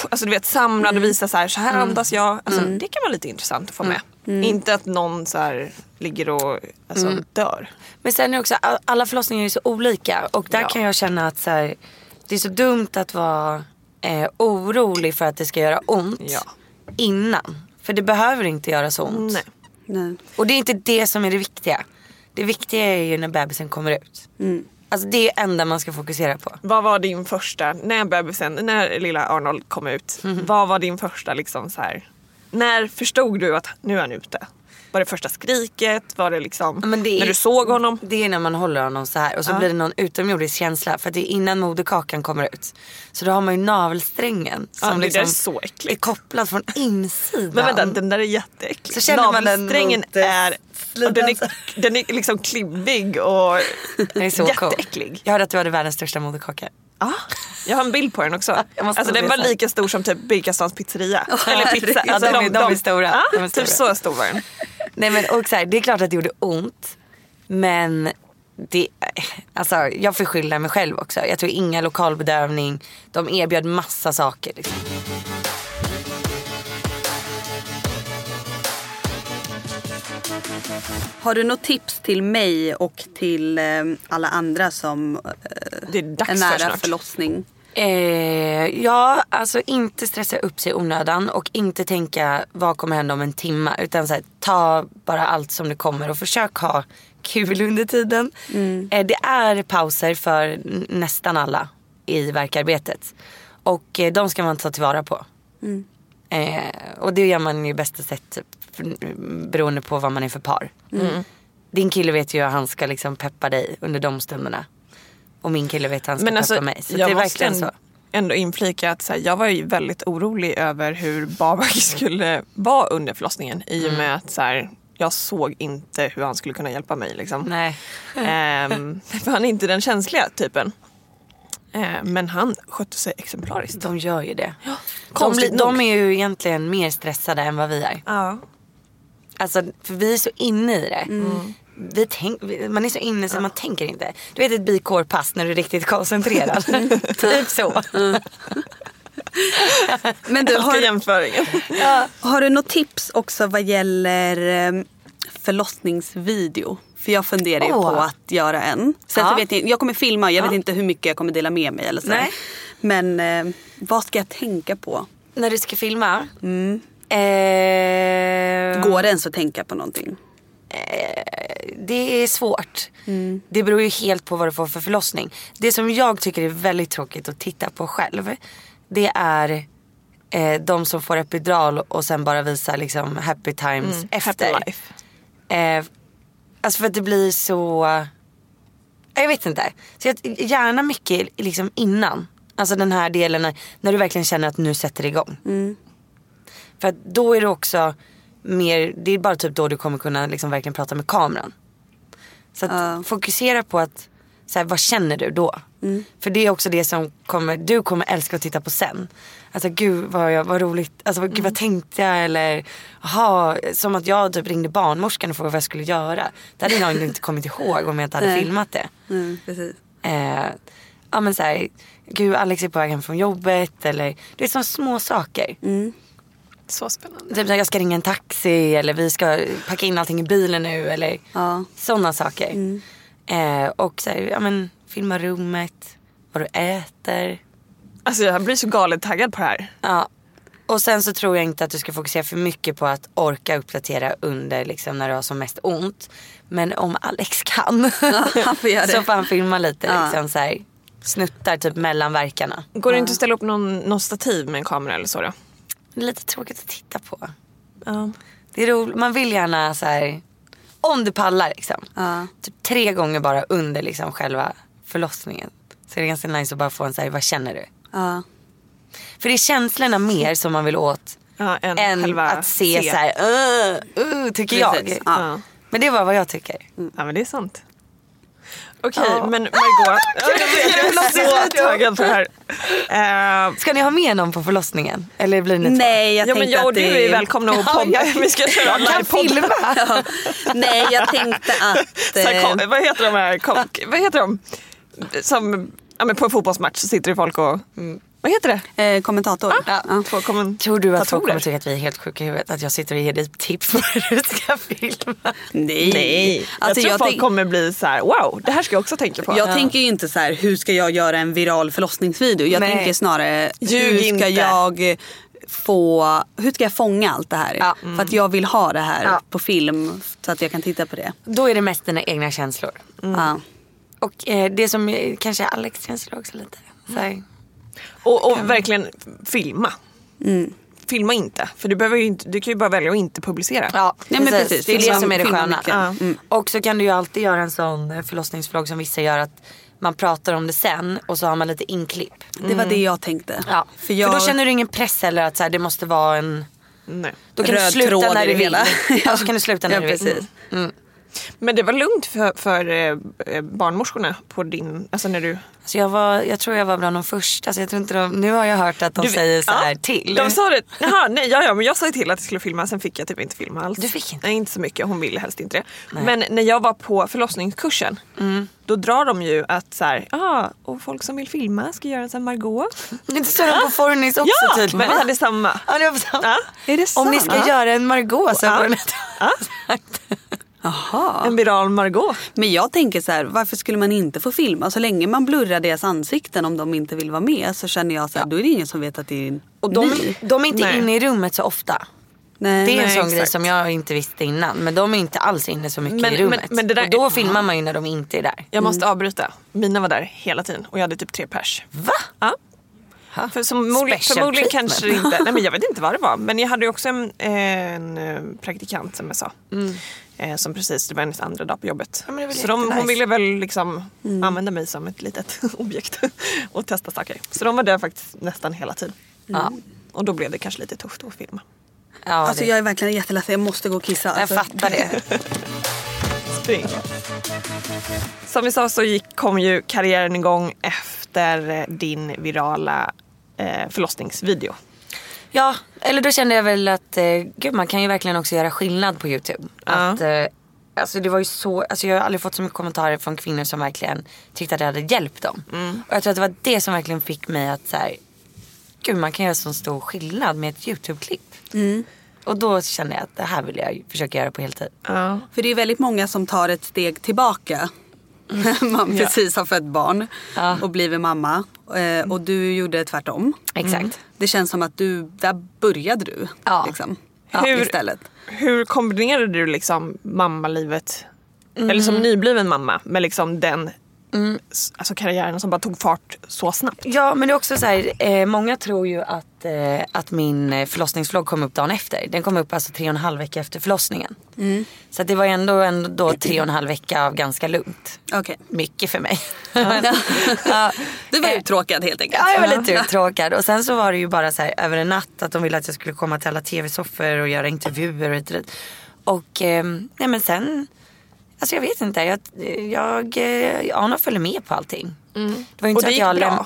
Speaker 4: alltså, du vet, samlad och visa så här, så här andas jag. Alltså, Det kan vara lite intressant att få med. Inte att någon så här, ligger och alltså, dör.
Speaker 3: Men sen är också, all- alla förlossningar är ju så olika och där
Speaker 4: Ja.
Speaker 3: kan jag känna att så här, det är så dumt att vara eh, orolig för att det ska göra ont
Speaker 4: Ja.
Speaker 3: innan. För det behöver inte göra så ont.
Speaker 4: Nej.
Speaker 2: Nej.
Speaker 3: Och det är inte det som är det viktiga. Det viktiga är ju när bebisen kommer ut.
Speaker 4: Mm.
Speaker 3: Alltså det är det enda man ska fokusera på.
Speaker 4: Vad var din första, när bebisen, när lilla Arnold kom ut,
Speaker 3: Mhm.
Speaker 4: vad var din första liksom så här, när förstod du att nu är han ute? Var det första skriket? Var det liksom
Speaker 3: Men det är-
Speaker 4: när du såg honom?
Speaker 3: Det är när man håller honom så här och så blir det någon utomjordisk känsla för att det är innan moderkakan kommer ut. Så då har man ju navelsträngen som
Speaker 4: Ja, det där
Speaker 3: liksom
Speaker 4: är så äckligt.
Speaker 3: är kopplad från insidan.
Speaker 4: Men vänta, den där är jätteäcklig.
Speaker 3: Så känner man den
Speaker 4: Navelsträngen
Speaker 3: mot, eh,
Speaker 4: är, och den, är, den är liksom klibbig och
Speaker 3: Den är så cool.
Speaker 4: jätteäcklig.
Speaker 3: Jag hörde att du hade världens största moderkaka.
Speaker 4: Ja, jag har en bild på den också.
Speaker 3: Jag måste
Speaker 4: Alltså, den
Speaker 3: visa.
Speaker 4: var lika stor som typ Birkastans pizzeria.
Speaker 2: Åh,
Speaker 4: Eller
Speaker 2: herregud.
Speaker 4: pizza.
Speaker 2: Ja,
Speaker 4: Alltså,
Speaker 3: de är- de är stora.
Speaker 4: Ja,
Speaker 3: De är
Speaker 4: Typ
Speaker 3: stora.
Speaker 4: så stor var den.
Speaker 3: Nej men och så här, det är klart att det gjorde ont. Men det, alltså, jag får skylla mig själv också. Jag tog inga lokalbedövning. De erbjöd massa saker. Liksom.
Speaker 2: Har du något tips till mig och till eh, alla andra som eh,
Speaker 4: Det är dags
Speaker 2: är
Speaker 4: för
Speaker 2: nära
Speaker 4: snart.
Speaker 2: förlossning?
Speaker 3: Eh, ja, alltså inte stressa upp sig i onödan och inte tänka vad kommer hända om en timme. Utan så här, ta bara allt som det kommer och försök ha kul under tiden. Eh, det är pauser för n- nästan alla i verkarbetet. Och eh, de ska man ta tillvara på. Eh, och det gör man ju bästa sätt typ, för- beroende på vad man är för par.
Speaker 4: Mm.
Speaker 3: Mm. Din kille vet ju att han ska liksom peppa dig under de stunderna. Och min kille vet att han ska peppa mig. Så det
Speaker 4: alltså, jag
Speaker 3: är
Speaker 4: måste
Speaker 3: verkligen
Speaker 4: ändå-
Speaker 3: så.
Speaker 4: ändå inflika att så här, jag var ju väldigt orolig över hur Babak skulle vara under förlossningen i och
Speaker 3: Mm.
Speaker 4: med att så här, jag såg inte hur han skulle kunna hjälpa mig. Liksom.
Speaker 3: Nej.
Speaker 4: Ehm, för han är inte den känsliga typen. Ehm, men han skötte sig exemplariskt.
Speaker 3: De gör ju det. de,
Speaker 4: konstigt
Speaker 3: blir- de
Speaker 4: nog.
Speaker 3: är ju egentligen mer stressade än vad vi är.
Speaker 4: Ja.
Speaker 3: Alltså, för vi är så inne i det.
Speaker 4: Mm.
Speaker 3: Mm. Vi tänk, vi- man är så inne så man tänker inte. Du vet ett bikårpass när du är riktigt koncentrerad. typ så.
Speaker 2: Men du,
Speaker 4: Älskar
Speaker 2: har,
Speaker 4: jämföringen.
Speaker 3: Mm.
Speaker 2: Har du något tips också vad gäller eh, förlossningsvideo? För jag funderar ju
Speaker 3: Åh.
Speaker 2: på att göra en. Sen
Speaker 3: Ja.
Speaker 2: så vet jag, jag kommer filma, jag vet inte hur mycket jag kommer dela med mig eller så.
Speaker 3: Nej.
Speaker 2: Men eh, vad ska jag tänka på?
Speaker 3: När du ska filma.
Speaker 4: Mm.
Speaker 3: Eh,
Speaker 2: Går det ens att tänka på någonting?
Speaker 3: det är svårt.
Speaker 4: Mm.
Speaker 3: Det beror ju helt på vad du får för förlossning. Det som jag tycker är väldigt tråkigt att titta på själv. Det är eh, de som får epidural och sen bara visar liksom happy times efter.
Speaker 4: Mm, Happy life.
Speaker 3: Eh, alltså för att det blir så... Jag vet inte. Så jag, gärna mycket liksom innan. Alltså den här delen när, när du verkligen känner att nu sätter det igång. För att då är det också mer, det är bara typ då du kommer kunna liksom verkligen prata med kameran. Så att fokusera på att, så här, vad känner du då? För det är också det som kommer, du kommer älska att titta på sen. Alltså gud vad, jag, vad roligt, alltså vad- gud vad tänkte jag eller aha, som att jag typ ringde barnmorskan och frågade vad jag skulle göra. Det hade jag nog inte kommit ihåg om jag inte hade
Speaker 2: Nej.
Speaker 3: filmat det.
Speaker 2: Mm, precis.
Speaker 3: Eh, ja men såhär, gud Alex är på väg hem från jobbet eller det är som små saker.
Speaker 2: Mm.
Speaker 4: Så spännande.
Speaker 3: Typ när jag ska ringa en taxi eller vi ska packa in allting i bilen nu eller
Speaker 2: Ja. Mm.
Speaker 3: sådana saker. Eh, och så här, ja men filma rummet, vad du äter.
Speaker 4: Alltså jag blir så galet taggad på det här.
Speaker 3: Ja. Och sen så tror jag inte att du ska fokusera för mycket på att orka uppdatera under liksom när du har som mest ont. Men om Alex kan
Speaker 2: han får göra det.
Speaker 3: så får han filma lite
Speaker 2: Ja.
Speaker 3: liksom så här, snuttar typ mellan verkarna.
Speaker 4: Går det inte att ställa upp någon, någon stativ med en kamera eller så då?
Speaker 3: Det är lite tråkigt att titta på.
Speaker 4: Ja.
Speaker 3: Det är roligt, man vill gärna så här, om du pallar liksom.
Speaker 2: Ja.
Speaker 3: Typ tre gånger bara under liksom själva förlossningen. Så det är ganska nice att bara få en så här, vad känner du?
Speaker 2: Ja.
Speaker 3: För det är känslorna mer som man vill åt
Speaker 4: Ja, än
Speaker 3: än
Speaker 4: själva
Speaker 3: att se,
Speaker 4: se.
Speaker 3: så här, uh, uh, tycker
Speaker 2: Precis.
Speaker 3: jag.
Speaker 2: Ja.
Speaker 3: Men det var vad jag tycker.
Speaker 4: Ja men det är sant. Okej men Margot. Jag är så taggad på det här. Eh,
Speaker 3: Ska ni ha med någon på förlossningen? Eller blir ni två?
Speaker 2: Nej jag
Speaker 4: ja men
Speaker 2: tänkte
Speaker 4: jag och
Speaker 2: att
Speaker 4: du
Speaker 2: det...
Speaker 4: är välkomna att podda. Vi ska köra
Speaker 3: Jag kan
Speaker 4: livepodd.
Speaker 3: filma.
Speaker 2: Ja. Nej jag tänkte att...
Speaker 4: Så här,
Speaker 2: eh,
Speaker 4: kom, vad heter de här? Kom, vad heter de? Som, ja, men på en fotbollsmatch så sitter det folk och... Vad heter det?
Speaker 2: eh, kommentator.
Speaker 3: Ja.
Speaker 2: Ja.
Speaker 4: Folk kommer,
Speaker 3: Tror du att folk
Speaker 4: Datorer.
Speaker 3: kommer tycka att vi är helt sjuka i huvudet? Att jag sitter och ger dig tips på hur du ska filma?
Speaker 2: Nej.
Speaker 4: jag
Speaker 2: Alltså,
Speaker 4: tror
Speaker 2: jag
Speaker 4: folk
Speaker 2: tänk-
Speaker 4: kommer bli så här: wow, det här ska jag också tänka på.
Speaker 2: Jag tänker ju inte så här, hur ska jag göra en viral förlossningsvideo? Jag
Speaker 3: Nej.
Speaker 2: tänker snarare,
Speaker 4: Ljug
Speaker 2: hur ska
Speaker 4: inte.
Speaker 2: jag få, hur ska jag fånga allt det här? För att jag vill ha det här
Speaker 3: Ja.
Speaker 2: på film så att jag kan titta på det.
Speaker 3: Då är det mest dina egna känslor.
Speaker 2: Ja.
Speaker 3: Och eh, det som eh, kanske är Alex känslor också lite. Så här.
Speaker 4: Och, och verkligen filma.
Speaker 3: Mm.
Speaker 4: Filma inte, för du, behöver ju inte, du kan ju bara välja att inte publicera.
Speaker 3: Ja,
Speaker 2: Nej, men
Speaker 3: precis.
Speaker 2: precis.
Speaker 3: Det är det
Speaker 2: Filma-
Speaker 3: som är det
Speaker 2: filma
Speaker 3: sköna.
Speaker 2: mycket. Ja.
Speaker 3: Och så kan du ju alltid göra en sån eh, förlossningsvlogg som vissa gör att man pratar om det sen och så har man lite inklipp.
Speaker 2: Det var det jag tänkte.
Speaker 3: Mm. Ja.
Speaker 2: För, jag,
Speaker 3: då känner du ingen press heller att så här, det måste vara en...
Speaker 4: Nej.
Speaker 3: Då kan du
Speaker 2: Röd
Speaker 3: sluta
Speaker 2: tråd
Speaker 3: när
Speaker 2: i
Speaker 3: du
Speaker 2: det
Speaker 3: vill.
Speaker 2: hela.
Speaker 3: Ja, så kan du sluta när
Speaker 2: Ja,
Speaker 3: du vill.
Speaker 2: precis.
Speaker 3: Mm.
Speaker 4: Men det var lugnt för, för eh, barnmorskorna på din... Alltså när du...
Speaker 3: Så jag, var, jag tror jag var bland de första. Så jag tror inte de, nu har jag hört att de
Speaker 4: du
Speaker 3: säger så
Speaker 4: ja,
Speaker 3: här till.
Speaker 4: De sa det. Jaha, nej, ja, ja, men jag sa ju till att jag skulle filma, sen fick jag typ inte filma alls.
Speaker 3: Du fick inte?
Speaker 4: Nej, inte så mycket. Hon ville helst inte det. Men när jag var på förlossningskursen,
Speaker 3: Mm.
Speaker 4: då drar de ju att så här, ah, och folk som vill filma ska göra en sån här Margot.
Speaker 3: Det står de på Fornis också
Speaker 4: ja,
Speaker 3: tydligen.
Speaker 4: men vi
Speaker 3: va?
Speaker 4: hade samma.
Speaker 3: Ja, det var samma.
Speaker 4: Ja. Är det
Speaker 3: Om ni
Speaker 4: sant?
Speaker 3: ska
Speaker 4: Ja.
Speaker 3: göra en Margot sen
Speaker 4: Ja.
Speaker 3: får den heta-
Speaker 4: Ja. En viral Margot.
Speaker 2: men jag tänker så här, varför skulle man inte få filma? Så länge man blurrar deras ansikten om de inte vill vara med så känner jag så här, då är det ingen som vet att det är
Speaker 3: Och de,
Speaker 2: ni.
Speaker 3: de är inte
Speaker 4: Nej.
Speaker 3: inne i rummet så ofta.
Speaker 2: Nej.
Speaker 3: Det är en
Speaker 4: Nej,
Speaker 3: sån grej
Speaker 4: exakt.
Speaker 3: som jag inte visste innan. Men de är inte alls inne så mycket
Speaker 4: Men-
Speaker 3: i rummet.
Speaker 4: men- men det där-
Speaker 3: och då filmar man ju när de inte är där.
Speaker 4: Jag måste avbryta. Mina var där hela tiden och jag hade typ tre pers.
Speaker 3: Va?
Speaker 4: Ja.
Speaker 3: Ha?
Speaker 4: För som förmodligen,
Speaker 3: Special
Speaker 4: förmodligen
Speaker 3: treatment.
Speaker 4: kanske det inte, nej men jag vet inte vad det var. Men jag hade ju också en, en eh, praktikant som jag sa. Eh, Som precis, det var hennes andra dag på jobbet.
Speaker 3: Mm. men det var
Speaker 4: så de, hon
Speaker 3: jättenice. Mm.
Speaker 4: ville väl liksom använda mig som ett litet objekt och testa saker. Så de var där faktiskt nästan hela tiden.
Speaker 3: Ja.
Speaker 4: Och då blev det kanske lite tufft att filma.
Speaker 3: Ja,
Speaker 2: Alltså
Speaker 3: det,
Speaker 2: jag är verkligen jätteledsen, jag måste gå och kissa.
Speaker 3: jag
Speaker 2: Alltså.
Speaker 3: fattar det.
Speaker 4: Spring. Som vi sa så gick, kom ju karriären igång efter eh, din virala eh, förlossningsvideo.
Speaker 3: Ja, eller då kände jag väl att eh, gud, man kan ju verkligen också göra skillnad på Youtube.
Speaker 4: Ja.
Speaker 3: Att, eh, alltså det var ju så, alltså jag har aldrig fått så mycket kommentarer från kvinnor som verkligen tyckte att det hade hjälpt dem. Och jag tror att det var det som verkligen fick mig att så här, gud man kan göra så stor skillnad med ett Youtube-klipp. Och då kände jag att det här vill jag ju försöka göra på heltid.
Speaker 4: Ja.
Speaker 2: För det är väldigt många som tar ett steg tillbaka. man precis har fött barn
Speaker 3: Mm. Ja.
Speaker 2: och blivit mamma. Eh, och du gjorde tvärtom.
Speaker 3: Exakt.
Speaker 2: Det känns som att du, där började du.
Speaker 3: Ja.
Speaker 2: Liksom,
Speaker 4: Hur-
Speaker 2: Istället.
Speaker 4: Hur kombinerade du liksom mammalivet, eller som nybliven mamma, med liksom den s- alltså karriären som bara tog fart så snabbt?
Speaker 3: Ja men det är också så här, eh, många tror ju att, eh, att min eh, förlossningsvlogg kom upp dagen efter. Den kom upp alltså tre och en halv vecka efter förlossningen. Så att det var ändå, ändå då tre och en halv vecka av ganska lugnt.
Speaker 2: Okej.
Speaker 3: Mycket för mig.
Speaker 2: Ja. Du var
Speaker 3: Eh,
Speaker 2: uttråkad helt enkelt.
Speaker 3: Ja, jag var lite uttråkad. Och sen så var det ju bara så här över en natt att de ville att jag skulle komma till alla tv-soffor och göra intervjuer och hit och dit. Och ehm, nej men sen, alltså jag vet inte. Jag, jag, eh, Arnold följde med på allting. Det var ju
Speaker 4: Mm.
Speaker 3: så
Speaker 4: Och det
Speaker 3: att
Speaker 4: gick
Speaker 3: jag
Speaker 4: bra?
Speaker 3: läm-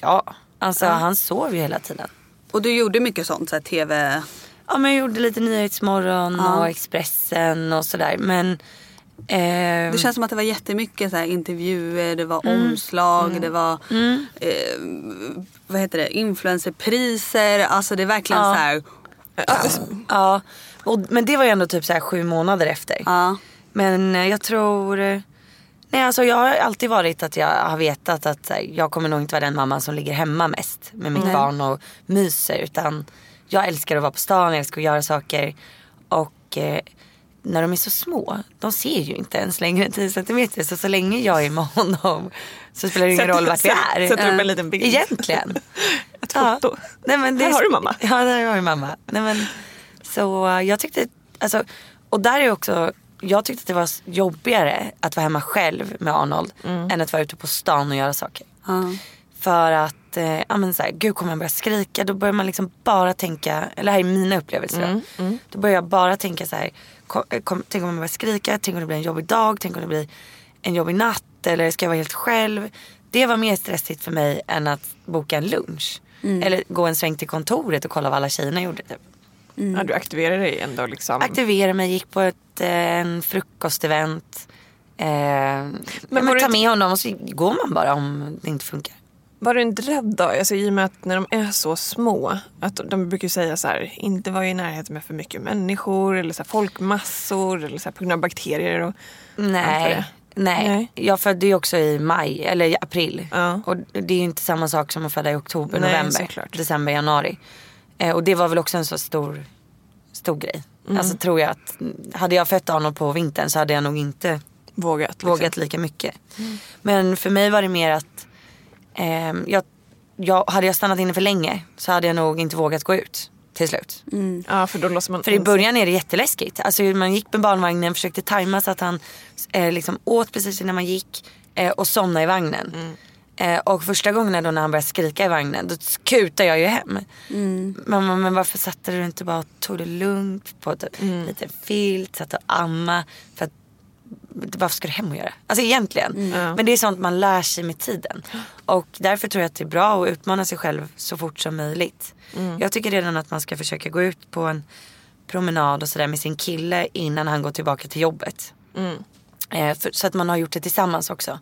Speaker 3: Ja, alltså han sov ju hela tiden.
Speaker 2: Och du gjorde mycket sånt, så här, tv.
Speaker 3: Ja men jag gjorde lite Nyhetsmorgon och Expressen och sådär. Men ehm,
Speaker 2: Det känns som att det var jättemycket så här, intervjuer, det var
Speaker 3: Mm.
Speaker 2: omslag, det var eh, vad heter det, influencerpriser. Alltså det är verkligen
Speaker 3: Ja.
Speaker 2: så här.
Speaker 3: Ja, och, men det var ju ändå typ så här sju månader efter.
Speaker 2: Ja.
Speaker 3: Men eh, jag tror... eh, Nej alltså jag har alltid varit att jag har vetat att så här, jag kommer nog inte vara den mamman som ligger hemma mest med mitt barn och myser. Utan jag älskar att vara på stan, jag älskar att göra saker. Och eh, när de är så små, de ser ju inte ens längre än 10 centimeter. Så så länge jag är med honom så spelar det ingen
Speaker 4: Sätter-
Speaker 3: roll vart vi
Speaker 4: sätt-
Speaker 3: är.
Speaker 4: sätter upp en
Speaker 3: Eh,
Speaker 4: liten bild.
Speaker 3: Egentligen.
Speaker 4: Ett foto.
Speaker 3: Nej, men det
Speaker 4: Här har du mamma.
Speaker 3: Ja, där har du mamma. Nej, men, så eh, jag tyckte, alltså, och där är också, jag tyckte att det var s- jobbigare att vara hemma själv med Arnold
Speaker 4: Mm.
Speaker 3: än att vara ute på stan och göra saker. För att, eh, ja men så här, gud kommer han börja skrika? Då börjar man liksom bara tänka, eller här är mina upplevelser
Speaker 4: Mm,
Speaker 3: då. Då börjar jag bara tänka så här, kom, eh, kom, tänk om han börjar skrika? Tänk om det blir en jobbig dag? Tänk om det blir en jobbig natt? Eller ska jag vara helt själv? Det var mer stressigt för mig än att boka en lunch.
Speaker 4: Mm.
Speaker 3: Eller gå en sväng till kontoret och kolla vad alla tjejerna gjorde. Typ.
Speaker 4: Ja, du aktiverar dig ändå liksom.
Speaker 3: Aktivera mig, gick på ett, eh, en frukostevent. Eh, men
Speaker 4: var
Speaker 3: men
Speaker 4: det
Speaker 3: ta
Speaker 4: inte-
Speaker 3: med honom och så går man bara om det inte funkar.
Speaker 4: Var du inte rädd då? Alltså, I och med att när de är så små, att de, de brukar ju säga så här, inte vara i närheten med för mycket människor eller så här, folkmassor eller så här, på grund av bakterier. Och, Varför
Speaker 3: Nej.
Speaker 4: det?
Speaker 3: Nej.
Speaker 4: Nej.
Speaker 3: jag födde ju också i maj, eller i april.
Speaker 4: Ja.
Speaker 3: Och det är ju inte samma sak som att föda i oktober,
Speaker 4: Nej,
Speaker 3: november,
Speaker 4: såklart.
Speaker 3: december, januari. Eh, och det var väl också en så stor, stor grej.
Speaker 4: Mm.
Speaker 3: Alltså tror jag att, hade jag fött Arnold på vintern så hade jag nog inte
Speaker 4: vågat. Liksom.
Speaker 3: vågat lika mycket.
Speaker 4: Mm.
Speaker 3: Men för mig var det mer att ehm, jag, jag, hade jag stannat inne för länge så hade jag nog inte vågat gå ut till slut.
Speaker 4: Ja, för då låser man
Speaker 3: För i
Speaker 4: in sig.
Speaker 3: början är det jätteläskigt. Alltså man gick med barnvagnen, försökte tajma så att han eh, liksom åt precis innan man gick eh, och somnade i vagnen.
Speaker 4: Mm.
Speaker 3: Eh, och första gången då när han började skrika i vagnen då kutade jag ju hem. Mamma men varför satte du inte bara och tog det lugnt på typ,
Speaker 4: Mm.
Speaker 3: lite filt, satt och amma. För att, varför ska du hem och göra? Alltså egentligen.
Speaker 4: Mm.
Speaker 3: Men det är sånt man lär sig med tiden. Och därför tror jag att det är bra att utmana sig själv så fort som möjligt.
Speaker 4: Mm.
Speaker 3: Jag tycker redan att man ska försöka gå ut på en promenad och sådär med sin kille innan han går tillbaka till jobbet.
Speaker 4: Mm.
Speaker 3: Eh, för, så att man har gjort det tillsammans också.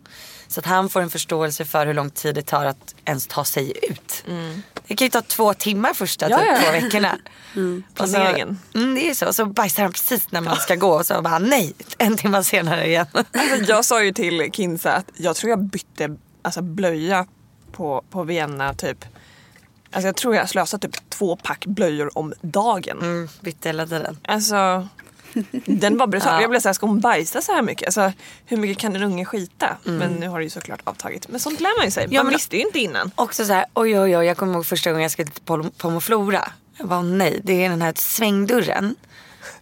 Speaker 3: Så att han får en förståelse för hur lång tid det tar att ens ta sig ut. Det kan ju ta två timmar första
Speaker 4: Mm. Ja,
Speaker 3: typ,
Speaker 4: ja.
Speaker 3: två veckorna. Mm.
Speaker 4: Planeringen.
Speaker 3: Mm, det är så. Så bajsar han precis när man ska gå och så bara nej, en timme senare igen.
Speaker 4: Alltså, jag sa ju till Kinsa att jag tror jag bytte alltså, blöja på, på Vienna typ. Alltså, jag tror jag slösade typ två pack blöjor om dagen.
Speaker 3: Mm, bytte hela tiden.
Speaker 4: Alltså, den var brutal.
Speaker 3: Ja.
Speaker 4: Jag blev såhär, ska hon bajsa så här mycket? Alltså, hur mycket kan en unge skita? Men nu har det ju såklart avtagit. Men sånt lär man ju sig.
Speaker 3: Mm. Ja,
Speaker 4: man
Speaker 3: men-
Speaker 4: visste ju inte innan.
Speaker 3: Också så här, oj oj oj, jag kommer ihåg första gången jag skulle till Pol- Pomoflora. Jag bara, nej, det är den här svängdörren.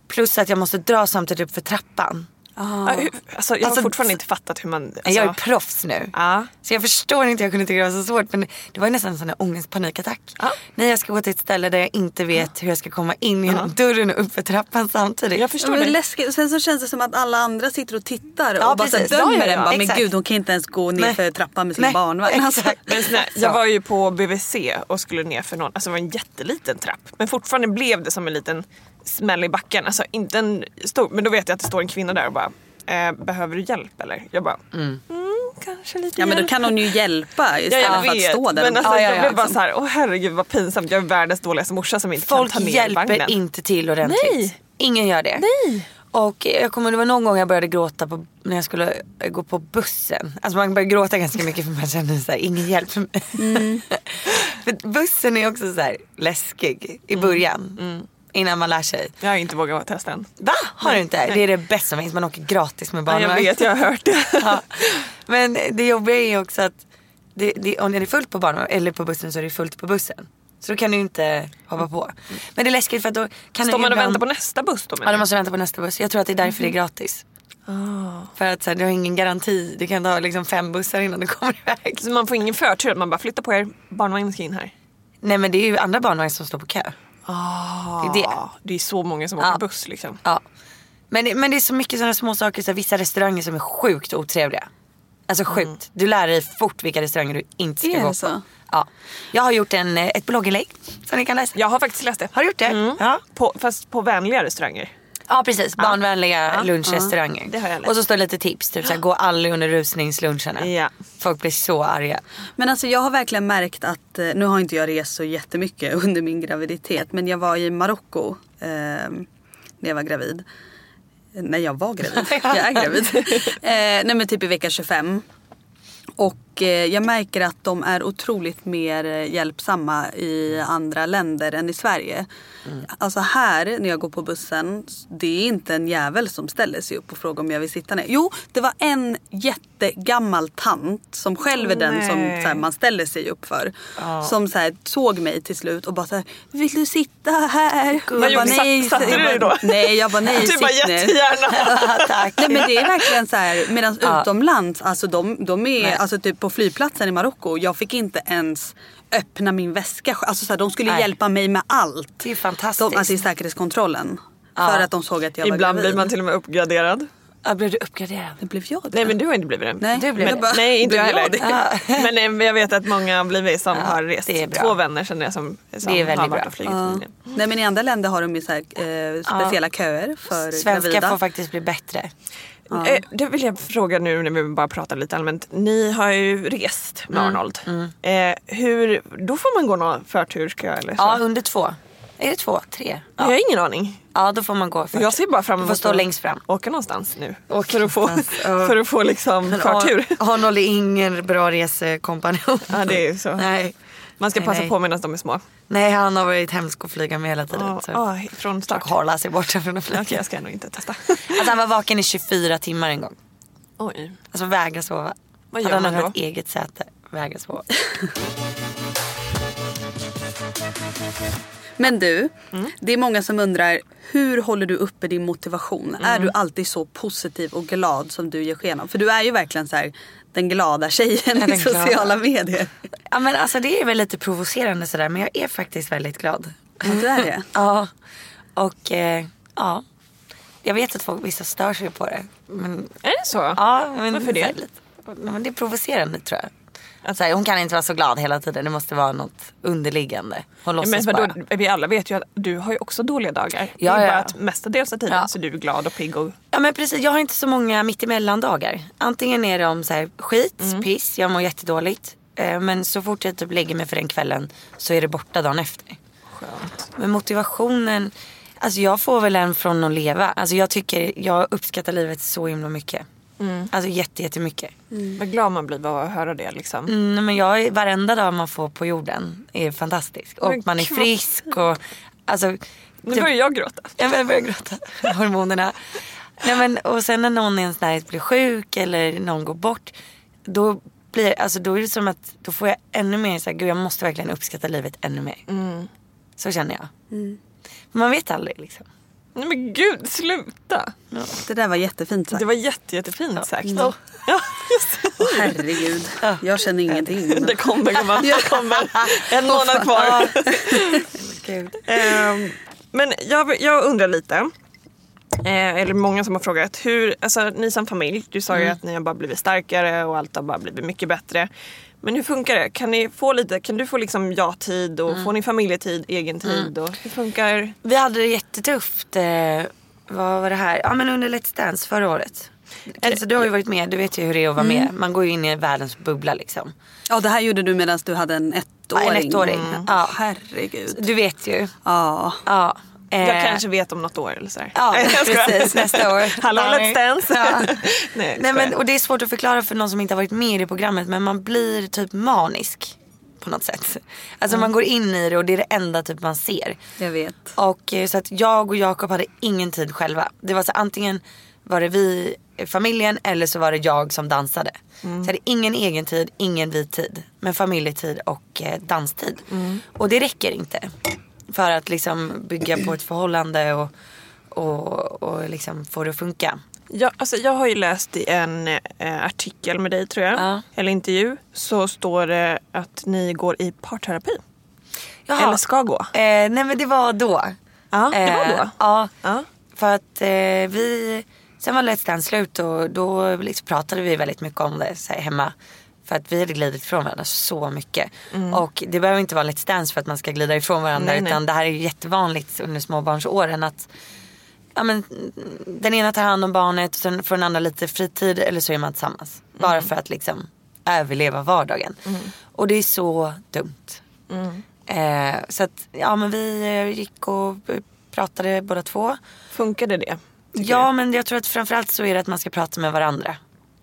Speaker 3: Plus att jag måste dra samtidigt upp för trappan.
Speaker 4: Ja, hur- Alltså, jag
Speaker 3: Alltså,
Speaker 4: har fortfarande inte fattat hur man... Alltså,
Speaker 3: Nej, Jag är proffs nu.
Speaker 4: Ja.
Speaker 3: Så jag förstår inte hur jag kunde tycka det var så svårt. Men det var ju nästan en sån där ångestpanikattack.
Speaker 4: Ja.
Speaker 3: När jag ska gå till ett ställe där jag inte vet hur jag ska komma in genom dörren och upp för trappan samtidigt.
Speaker 4: jag
Speaker 2: Ja,
Speaker 4: förstår
Speaker 2: men det är
Speaker 4: det.
Speaker 2: läskigt. Sen så känns det som att alla andra sitter och tittar
Speaker 3: Ja,
Speaker 2: och bara så här
Speaker 3: precis. Ja,
Speaker 2: dömer
Speaker 3: ja, ja.
Speaker 2: en. Bara, men
Speaker 3: Exakt.
Speaker 2: gud hon kan inte ens gå ner
Speaker 3: Nej.
Speaker 2: för trappan med sin
Speaker 3: Nej,
Speaker 2: barnvagn. Alltså.
Speaker 3: exakt.
Speaker 4: Men sån här,
Speaker 3: Så.
Speaker 4: jag var ju på BVC och skulle ner för någon, alltså det var en jätteliten trapp. Men fortfarande blev det som en liten smäll i backen. Alltså inte en stor, men då vet jag att det står en kvinna där och bara eh, Behöver du hjälp eller? Jag bara mm. kanske lite
Speaker 2: Ja men då
Speaker 4: hjälp."
Speaker 2: kan hon ju hjälpa
Speaker 4: Ja,
Speaker 2: istället
Speaker 4: jag
Speaker 2: för att
Speaker 4: vet.
Speaker 2: stå där.
Speaker 4: Men
Speaker 2: och
Speaker 4: alltså,
Speaker 2: bara,
Speaker 3: Ja, ja,
Speaker 4: jag
Speaker 3: ja,
Speaker 4: blev bara
Speaker 3: liksom.
Speaker 4: så här, åh herregud vad pinsamt. Jag är världens dåligaste morsa som inte
Speaker 3: Folk
Speaker 4: kan ta ner
Speaker 3: hjälper
Speaker 4: vagnen.
Speaker 3: inte till ordentligt.
Speaker 4: Nej.
Speaker 3: Ingen gör det.
Speaker 4: Nej.
Speaker 3: Och jag kommer det var någon gång jag började gråta på, när jag skulle eh, gå på bussen. Alltså man börjar gråta ganska mycket för man känner så här, ingen hjälp för mig.
Speaker 4: Mm.
Speaker 3: för bussen är också så här läskig i
Speaker 4: Mm.
Speaker 3: början. Innan man lär sig.
Speaker 4: Jag har inte vågat testa än.
Speaker 3: Va? Har du inte? Det är det bästa som finns. Man åker gratis med
Speaker 4: Ja,
Speaker 3: barnvagn.
Speaker 4: jag vet, jag har hört det.
Speaker 3: Ja. Men det jobbiga är ju också att det, det, om det är fullt på barnvagn eller på bussen så är det fullt på bussen. Så då kan du inte hoppa på. Men det är läskigt för att då kan
Speaker 4: Står
Speaker 3: du
Speaker 4: man och
Speaker 3: ibland-
Speaker 4: väntar på nästa buss då?
Speaker 3: Ja,
Speaker 4: menar
Speaker 3: du
Speaker 4: jag?
Speaker 3: måste vänta på nästa buss. Jag tror att det är därför det är gratis.
Speaker 4: Ah.
Speaker 3: För att så här, du har ingen garanti. Du kan ta liksom fem bussar innan du kommer iväg.
Speaker 4: Så man får ingen förtur, att man bara flytta på er, barnvagnen ska in här.
Speaker 3: Nej men det är ju andra barnvagnar som står på kö. Ah. Det är det.
Speaker 4: Ja, det är så många som åker
Speaker 3: Ja.
Speaker 4: buss liksom.
Speaker 3: Ja. Men, det- men det är så mycket sådana små saker. Så här, vissa restauranger som är sjukt otrevliga. Alltså
Speaker 4: Mm.
Speaker 3: sjukt. Du lär dig fort vilka restauranger du inte ska
Speaker 2: Är det
Speaker 3: gå på.
Speaker 2: så?
Speaker 3: Ja. Jag har gjort en, eh, ett blogginlägg som ni kan läsa.
Speaker 4: Jag har faktiskt läst det.
Speaker 3: Har du gjort det?
Speaker 4: Mm.
Speaker 3: Ja.
Speaker 4: På, fast på vänliga restauranger.
Speaker 3: Ja precis, barnvänliga lunchrestauranger.
Speaker 4: Det har jag läst.
Speaker 3: och så står det lite tips, typ såhär, gå aldrig under rusningsluncherna.
Speaker 4: Ja.
Speaker 3: Folk blir så arga.
Speaker 2: Men alltså jag har verkligen märkt att, eh, nu har inte jag rest så jättemycket under min graviditet men jag var i Marocko eh, när jag var gravid. När jag var gravid, jag är gravid. eh, nej men typ i vecka 25. Och eh, jag märker att de är otroligt mer eh, hjälpsamma i andra länder än i Sverige.
Speaker 4: Mm.
Speaker 2: Alltså här när jag går på bussen, det är inte en jävel som ställer sig upp och frågar om jag vill sitta ner. Jo, det var en jättegammal tant som själv är den som
Speaker 4: Nej.
Speaker 2: så här, man ställer sig upp för. Som så här, såg mig till slut och bara så här, vill du sitta här?
Speaker 4: Vad gjorde- satt- satte
Speaker 2: jag
Speaker 4: du dig
Speaker 2: bara,
Speaker 4: då?
Speaker 2: Nej, jag bara nej,
Speaker 4: Du bara
Speaker 2: sitt ner.
Speaker 4: jättegärna.
Speaker 3: Tack.
Speaker 2: Nej men det är verkligen så här, medan
Speaker 3: Ja.
Speaker 2: utomlands, alltså de, de är,
Speaker 3: Nej.
Speaker 2: alltså typ på flygplatsen i Marocko, jag fick inte ens öppna min väska. Alltså så här, de skulle
Speaker 3: Nej.
Speaker 2: hjälpa mig med allt.
Speaker 3: Det
Speaker 2: De,
Speaker 3: är fantastiskt.
Speaker 2: alltså i säkerhetskontrollen.
Speaker 3: Ja.
Speaker 2: För att de såg att jag var
Speaker 4: Ibland
Speaker 2: gravid.
Speaker 4: blir man till och med uppgraderad.
Speaker 3: ja, blev du uppgraderad?
Speaker 2: Det blev jag det?
Speaker 4: Nej men du har inte blivit det.
Speaker 2: Nej.
Speaker 3: Du blev
Speaker 4: men,
Speaker 3: det.
Speaker 4: nej inte jag
Speaker 2: Blev jag
Speaker 4: heller. Men, eh, men jag vet att många har blivit som har rest.
Speaker 3: det är bra.
Speaker 4: Två vänner känner jag som, som
Speaker 3: Det är väldigt
Speaker 4: har varit
Speaker 3: bra.
Speaker 4: och flugit.
Speaker 2: Ja.
Speaker 4: in.
Speaker 2: Nej men i andra länder har de ju så här, eh, speciella köer för
Speaker 3: Svenska
Speaker 2: gravida.
Speaker 3: får faktiskt bli bättre.
Speaker 4: Eh, Det vill jag fråga nu när vi bara pratar lite allmänt. Ni har ju rest med
Speaker 3: Mm,
Speaker 4: Arnold. Eh, hur, då får man gå någon förturskö eller så?
Speaker 3: Ja, under två. Är det två? Tre?
Speaker 4: Jag
Speaker 3: Ja,
Speaker 4: har ingen aning.
Speaker 3: ja då får man gå först.
Speaker 4: Jag ser bara fram
Speaker 3: Du
Speaker 4: emot
Speaker 3: får stå
Speaker 4: att
Speaker 3: längst fram.
Speaker 4: åka någonstans nu.
Speaker 3: Åka
Speaker 4: för, att få,
Speaker 3: någonstans, ja.
Speaker 4: för att få liksom förtur.
Speaker 3: Ar- Arnold är ingen bra resekompanjon.
Speaker 4: Ja, det är ju så.
Speaker 3: Nej.
Speaker 4: Man ska
Speaker 3: Nej,
Speaker 4: passa
Speaker 3: nej.
Speaker 4: på medan de är små.
Speaker 3: Nej, han har varit hemsk att flyga med hela tiden.
Speaker 4: Ja,
Speaker 3: så.
Speaker 4: ja, från start.
Speaker 3: Och hålla sig borta från att flyga.
Speaker 4: Okej, jag ska nog inte testa.
Speaker 3: Alltså, han var vaken i 24 timmar en gång.
Speaker 4: Oj.
Speaker 3: Alltså vägra sova.
Speaker 4: Vad
Speaker 3: Hade
Speaker 4: gör
Speaker 3: han
Speaker 4: man
Speaker 3: haft
Speaker 4: då?
Speaker 3: eget säte, vägra sova.
Speaker 2: Men du, det är många som undrar hur håller du uppe din motivation? Är du alltid så positiv och glad som du ger sken av? För du är ju verkligen så här, den glada tjejen i
Speaker 3: den glada.
Speaker 2: sociala medier.
Speaker 3: Ja, men alltså, det är väl lite provocerande sådär men jag är faktiskt väldigt glad.
Speaker 2: Ja, du är det.
Speaker 3: Ja, och eh, ja. Jag vet att folk, vissa stör sig på det. Men,
Speaker 4: Är det så?
Speaker 3: ja, men,
Speaker 4: Varför det?
Speaker 3: så här lite- Ja, men det är provocerande tror jag. Att så här, hon kan inte vara så glad hela tiden, det måste vara något underliggande. Hon
Speaker 4: Ja,
Speaker 3: låtsas
Speaker 4: men vadå,
Speaker 3: bara.
Speaker 4: vi alla vet ju att du har ju också dåliga dagar. det
Speaker 3: Ja,
Speaker 4: är
Speaker 3: ja,
Speaker 4: bara
Speaker 3: ja.
Speaker 4: att mestadels av tiden
Speaker 3: Ja.
Speaker 4: så är du glad och pigg och
Speaker 3: Ja men precis, jag har inte så många mittemellan-dagar. Antingen är de så här, skit, piss, jag mår jättedåligt. Eh, Men så fort jag typ lägger mig för den kvällen så är det borta dagen efter.
Speaker 4: skönt.
Speaker 3: Men motivationen, alltså jag får väl en från att leva. Alltså jag tycker, jag uppskattar livet så himla mycket. Alltså jätte, jättemycket.
Speaker 4: Vad glad man blir av att höra det liksom.
Speaker 3: Mm, men jag, är- varenda dag man får på jorden är fantastisk. Och
Speaker 4: Men
Speaker 3: man är
Speaker 4: gud.
Speaker 3: frisk och alltså.
Speaker 4: Nu
Speaker 3: typ-
Speaker 4: börjar jag gråta.
Speaker 3: Ja, men Jag börjar gråta. Hormonerna. Nej, men, och sen när någon i ens närhet blir sjuk eller någon går bort. Då, blir, alltså, då är det som att då får jag ännu mer så här, gud jag måste verkligen uppskatta livet ännu mer.
Speaker 4: Mm.
Speaker 3: Så känner jag. Men Man vet aldrig liksom.
Speaker 4: Nej men gud, sluta!
Speaker 2: Det där var jättefint sagt.
Speaker 4: Det var jätte, jättefint sagt.
Speaker 3: Mm.
Speaker 4: Ja, just det.
Speaker 2: Åh, herregud. Jag känner ingenting. men-
Speaker 4: Det kommer gumman, det kommer. En månad
Speaker 3: Ja.
Speaker 4: kvar.
Speaker 3: Gud.
Speaker 4: Ehm, Men jag, jag undrar lite. Eh, eller många som har frågat. Hur, alltså, ni som familj, du sa ju att ni har bara blivit starkare och allt har bara blivit mycket bättre. Men hur funkar det? Kan, ni få lite, kan du få liksom ja-tid och får ni familjetid, egen tid? Och hur funkar?
Speaker 3: Vi hade det jättetufft. Eh, vad var det här? Ja men under Let's Dance förra året. Alltså, du har ju varit med, du vet ju hur det är att vara
Speaker 4: Mm.
Speaker 3: med. Man går ju in i världens bubbla liksom.
Speaker 2: Ja, det här gjorde du medan du hade en ettåring. Mm.
Speaker 3: Ja, en ettåring. Ja.
Speaker 2: Herregud.
Speaker 3: Du vet ju.
Speaker 2: Ja.
Speaker 3: Ja.
Speaker 4: Jag
Speaker 3: eh,
Speaker 4: kanske vet om något år eller sådär.
Speaker 3: Ja,
Speaker 4: Nej, jag skojar.
Speaker 3: precis. Nästa år.
Speaker 4: Hallå Let's Dance!
Speaker 3: Ja.
Speaker 4: Nej,
Speaker 3: Nej, men,
Speaker 4: skojar.
Speaker 3: och det är svårt att förklara för någon som inte har varit med i det programmet men man blir typ manisk på något sätt. Alltså
Speaker 4: Mm.
Speaker 3: man går in i det och det är det enda typ man ser.
Speaker 2: Jag vet.
Speaker 3: Och eh, så att jag och Jakob hade ingen tid själva. Det var så antingen var det vi, eh, familjen eller så var det jag som dansade. Så jag hade ingen egen tid, ingen vit tid. Men familjetid och eh, danstid. Och det räcker inte. För att liksom bygga på ett förhållande och, och, och liksom få det att funka.
Speaker 4: Ja, alltså jag har ju läst i en eh, artikel med dig tror jag,
Speaker 3: Ja.
Speaker 4: eller intervju, så står det att ni går i parterapi.
Speaker 3: Jaha.
Speaker 4: Eller ska gå.
Speaker 3: Eh, nej men det var då.
Speaker 4: Ja, det var
Speaker 3: Eh,
Speaker 4: då?
Speaker 3: Ja.
Speaker 4: Ja.
Speaker 3: För att eh, vi, sen var Let's Dance slut och då liksom pratade vi väldigt mycket om det så här, hemma. För att vi hade glidit ifrån varandra så mycket. Och det behöver inte vara Let's Dance för att man ska glida ifrån varandra.
Speaker 4: Mm. Nej, nej.
Speaker 3: utan det här är ju jättevanligt under småbarnsåren att ja, men, den ena tar hand om barnet och sen får den andra lite fritid eller så är man tillsammans. Bara
Speaker 4: Mm.
Speaker 3: för att liksom överleva vardagen. Och det är så dumt. Eh, så att ja men vi eh, gick och pratade båda två.
Speaker 4: Funkade det? tycker
Speaker 3: Ja
Speaker 4: du?
Speaker 3: men jag
Speaker 4: Mm.
Speaker 3: tror att framförallt så är det att man ska prata med varandra.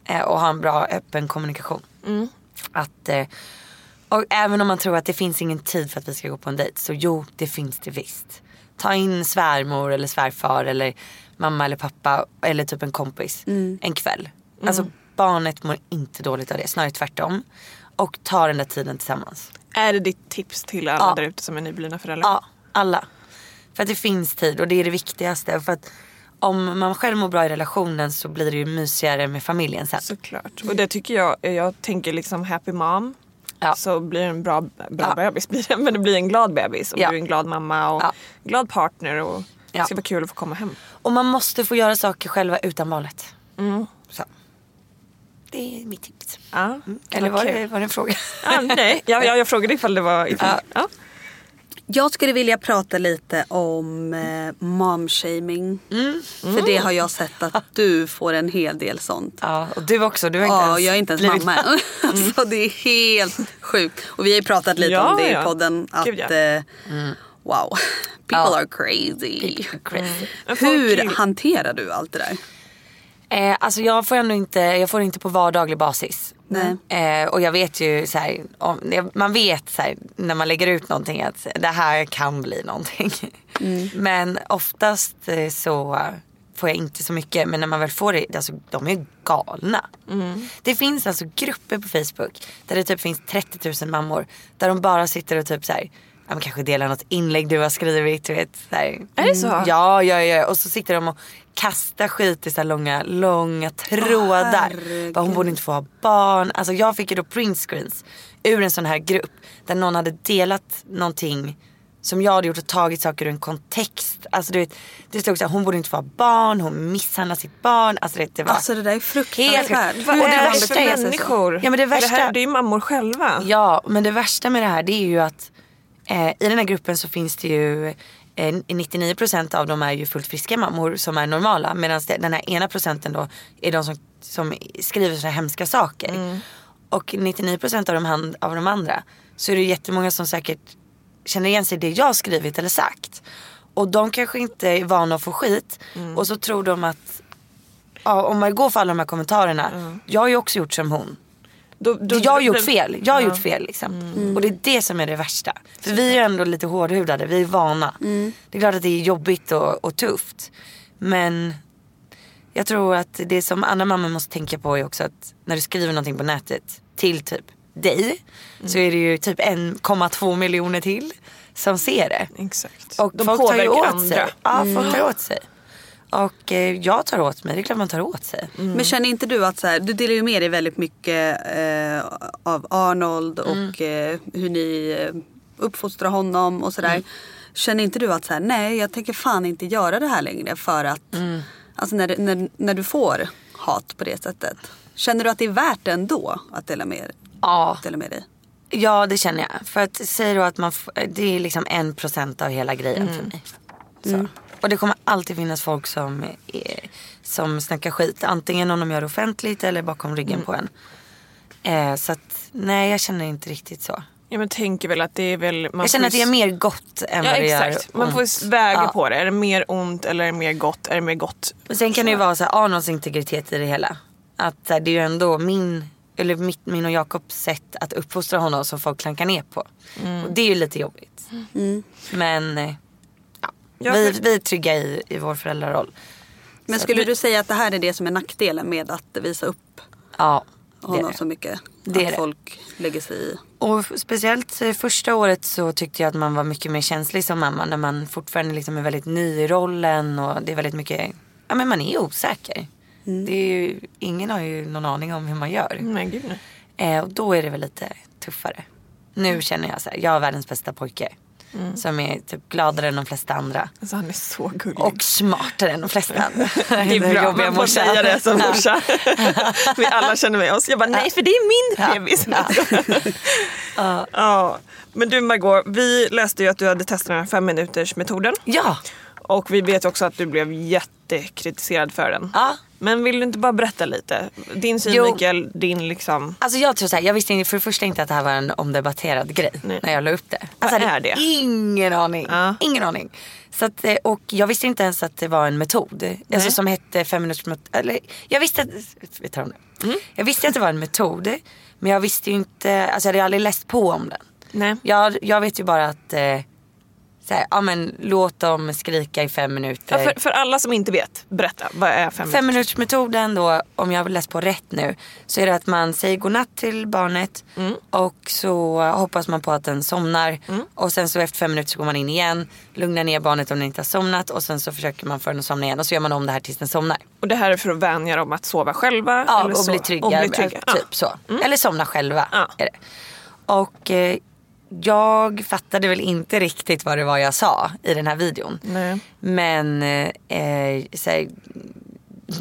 Speaker 3: Eh, och ha en bra öppen kommunikation. Att, eh, och även om man tror att det finns ingen tid för att vi ska gå på en dejt. Så jo, det finns det visst. Ta in svärmor eller svärfar eller mamma eller pappa eller typ en kompis
Speaker 4: Mm.
Speaker 3: en kväll. Alltså barnet mår inte dåligt av det, snarare tvärtom. Och ta den där tiden tillsammans.
Speaker 4: Är det ditt tips till alla
Speaker 3: Ja.
Speaker 4: där ute som är nyblivna föräldrar?
Speaker 3: Ja, alla. För att det finns tid och det är det viktigaste. För att om man själv mår bra i relationen så blir det ju mysigare med familjen sen.
Speaker 4: Såklart. Och det tycker jag, jag tänker liksom happy mom.
Speaker 3: Ja.
Speaker 4: Så blir det en bra, bra
Speaker 3: Ja.
Speaker 4: bebis, blir det, men det blir en glad bebis och
Speaker 3: Ja.
Speaker 4: du är en glad mamma och
Speaker 3: Ja.
Speaker 4: glad partner och det
Speaker 3: Ja.
Speaker 4: ska vara kul att få komma hem.
Speaker 3: Och man måste få göra saker själva utan barnet.
Speaker 4: Mm.
Speaker 3: Så. Det är mitt tips.
Speaker 4: Ja.
Speaker 3: Mm. Eller
Speaker 4: Vad
Speaker 3: var
Speaker 4: kul.
Speaker 3: det, var det en fråga?
Speaker 4: Ja, nej, jag, jag, jag frågade ifall det var... Ifall,
Speaker 3: Ja.
Speaker 4: ja.
Speaker 2: Jag skulle vilja prata lite om eh, momshaming. För det har jag sett att du får en hel del sånt.
Speaker 3: ja, och du också. Du har inte
Speaker 2: Ja,
Speaker 3: ens
Speaker 2: jag är inte ens
Speaker 3: blivit-
Speaker 2: mamma än. Alltså, det är helt sjukt. Och vi har ju pratat lite
Speaker 4: Ja,
Speaker 2: om det
Speaker 4: ja.
Speaker 2: i podden. Att,
Speaker 4: Gud, ja.
Speaker 2: eh, Wow, people
Speaker 3: Mm. Ja.
Speaker 2: are crazy.
Speaker 3: Crazy.
Speaker 4: Men folk är
Speaker 2: Hur
Speaker 4: ju-
Speaker 2: hanterar du allt det där?
Speaker 3: Eh, alltså jag får ändå inte, jag får inte på vardaglig basis.
Speaker 2: Nej.
Speaker 3: Eh, och jag vet ju så här, om, man vet så här, när man lägger ut någonting att det här kan bli någonting.
Speaker 4: Mm.
Speaker 3: Men oftast eh, så får jag inte så mycket. Men när man väl får det, alltså, de är ju galna.
Speaker 4: Mm.
Speaker 3: Det finns alltså grupper på Facebook där det typ finns 30 000 mammor. Där de bara sitter och typ så här, ja, men kanske delar något inlägg du har skrivit. Du vet, så här. Mm.
Speaker 4: Är det så?
Speaker 3: Ja, ja, ja. Och så sitter de och kastar skit i så här långa, långa trådar.
Speaker 2: herregud.
Speaker 3: Bara, hon borde inte få ha barn. Alltså jag fick ju då printscreens ur en sån här grupp. Där någon hade delat någonting som jag hade gjort och tagit saker ur en kontext. Alltså du vet, det stod så här, hon borde inte få ha barn, hon misshandlar sitt barn. Alltså du vet, det var...
Speaker 2: Alltså det där är fruktansvärt.
Speaker 3: Helt-
Speaker 2: Vad
Speaker 3: Och det
Speaker 2: är
Speaker 3: värsta
Speaker 2: beter
Speaker 3: är-
Speaker 2: sig så?
Speaker 4: människor.
Speaker 3: Ja, men det
Speaker 4: För
Speaker 3: värsta-
Speaker 4: här, det är ju mammor själva.
Speaker 3: Ja, men det värsta med det här det är ju att eh, i den här gruppen så finns det ju eh, 99% av dem är ju fullt friska mammor som är normala. Medan det- den här ena procenten då är de som, som skriver sådana här hemska saker. Och 99% av de, hand, av de andra så är det ju jättemånga som säkert känner igen sig i det jag har skrivit eller sagt. Och de kanske inte är vana att få skit. Och så tror de att ja, om man går för alla de här kommentarerna. Jag har ju också gjort som hon.
Speaker 4: Då- då-
Speaker 3: jag har gjort
Speaker 4: då-
Speaker 3: fel. Jag har
Speaker 4: Ja. Mm.
Speaker 3: gjort fel liksom. Och det är det som är det värsta. För vi är ändå lite hårdhudade. Vi är vana. Det är klart att det är jobbigt och, och tufft. Men jag tror att det som andra mammor måste tänka på är också att när du skriver någonting på nätet till typ dig.
Speaker 4: Mm.
Speaker 3: Så är det ju typ 1,2 miljoner till som ser det.
Speaker 4: Exakt.
Speaker 3: Och
Speaker 4: De
Speaker 3: folk tar ju
Speaker 4: påverkar
Speaker 3: åt
Speaker 4: andra. Mm.
Speaker 3: sig. Ja, folk tar åt sig. Och eh, jag tar åt mig. Det är klart man tar åt sig.
Speaker 4: Mm.
Speaker 2: Men känner inte du att så här, du delar ju med dig väldigt mycket eh, av Arnold
Speaker 3: Mm.
Speaker 2: och eh, hur ni eh, uppfostrar honom och
Speaker 3: Mm.
Speaker 2: sådär. Känner inte du att så här, nej jag tänker fan inte göra det här längre för att
Speaker 3: Mm.
Speaker 2: alltså när, det- när, när du får hat på det sättet. Känner du att det är värt det ändå att dela med,
Speaker 3: Ja.
Speaker 2: dela med dig?
Speaker 3: Ja det känner jag. För att säger du att man f- det är liksom en procent av hela grejen
Speaker 4: Mm.
Speaker 3: för mig. Så. Och det kommer alltid finnas folk som, eh, som snackar skit. Antingen om de gör det offentligt eller bakom
Speaker 4: Mm.
Speaker 3: ryggen på en. Eh, så att nej jag känner inte riktigt så.
Speaker 4: Ja, men tänker väl att det är väl... Man
Speaker 3: jag känner att
Speaker 4: får
Speaker 3: det
Speaker 4: ju-
Speaker 3: är mer gott än
Speaker 4: Ja
Speaker 3: vad det
Speaker 4: exakt,
Speaker 3: gör
Speaker 4: man
Speaker 3: ont.
Speaker 4: får ju väga
Speaker 3: Ja.
Speaker 4: på det. Är det mer ont eller är det mer gott? Är det mer gott?
Speaker 3: Men sen kan det ju vara så här, Arnolds integritet i det hela. Att så här, det är ju ändå min, eller mitt, min och Jakobs sätt att uppfostra honom som folk klankar ner på. Och det är ju lite jobbigt. Men eh, ja,
Speaker 4: Ja,
Speaker 3: vi,
Speaker 4: för-
Speaker 3: vi är trygga i, i vår föräldraroll.
Speaker 2: Men
Speaker 3: Så
Speaker 2: skulle
Speaker 3: att vi-
Speaker 2: du säga att det här är det som är nackdelen med att visa upp
Speaker 3: Ja, det är
Speaker 2: honom
Speaker 3: det.
Speaker 2: så mycket?
Speaker 3: Det är
Speaker 2: att
Speaker 3: det.
Speaker 2: folk lägger sig i?
Speaker 3: Och speciellt eh, första året så tyckte jag att man var mycket mer känslig som mamma när man fortfarande liksom är väldigt ny i rollen och det är väldigt mycket, ja men man är osäker. Det är ju, ingen har ju någon aning om hur man gör.
Speaker 4: Men gud nej.
Speaker 3: Eh, och då är det väl lite tuffare.
Speaker 4: Mm.
Speaker 3: Nu känner jag så här, jag har världens bästa pojke. Som är typ gladare än de flesta andra.
Speaker 4: Alltså han är så gullig.
Speaker 3: Och smartare än de flesta andra.
Speaker 4: det är bra, man får säga det som morsa. Vi alla känner med oss. Jag bara nej för det är min bebis. Ja. Men du Margot, vi läste ju att du hade testat den här femminutersmetoden.
Speaker 3: Ja,
Speaker 4: Och vi vet ju också att du blev jättekritiserad för den.
Speaker 3: Ja.
Speaker 4: Men vill du inte bara berätta lite? Din synvinkel, din liksom...
Speaker 3: alltså jag tror så här, jag visste för det första inte att det här var en omdebatterad grej
Speaker 4: Nej.
Speaker 3: när jag la upp det.
Speaker 4: Vad
Speaker 3: Alltså, jag hade
Speaker 4: är det?
Speaker 3: Ingen aning.
Speaker 4: Ja.
Speaker 3: Ingen aning. Så att, eh, och jag visste inte ens att det var en metod. Alltså
Speaker 4: Mm.
Speaker 3: som hette femminutersmetoden. Eller jag visste att, vi tar om det. Jag visste att det var en metod. Men jag visste ju inte, alltså jag hade ju aldrig läst på om den.
Speaker 4: Nej.
Speaker 3: Jag, jag vet ju bara att, eh, så här, ja men låt dem skrika i fem minuter.
Speaker 4: Ja, för, för alla som inte vet, berätta. Vad är fem,
Speaker 3: Fem minuters metoden då, om jag har läst på rätt nu, så är det att man säger godnatt till barnet och så hoppas man på att den somnar och sen så efter fem minuter så går man in igen, lugnar ner barnet om den inte har somnat och sen så försöker man få den att somna igen och så gör man om det här tills den somnar.
Speaker 4: Och det här är för att vänja dem att sova själva.
Speaker 3: Ja,
Speaker 4: eller
Speaker 3: och
Speaker 4: så-
Speaker 3: bli trygga.
Speaker 4: Och bli trygga.
Speaker 3: Typ
Speaker 4: Ja.
Speaker 3: så. Eller somna själva.
Speaker 4: Ja.
Speaker 3: Är det. Och eh, jag fattade väl inte riktigt vad det var jag sa i den här videon.
Speaker 4: Nej.
Speaker 3: Men eh, så här,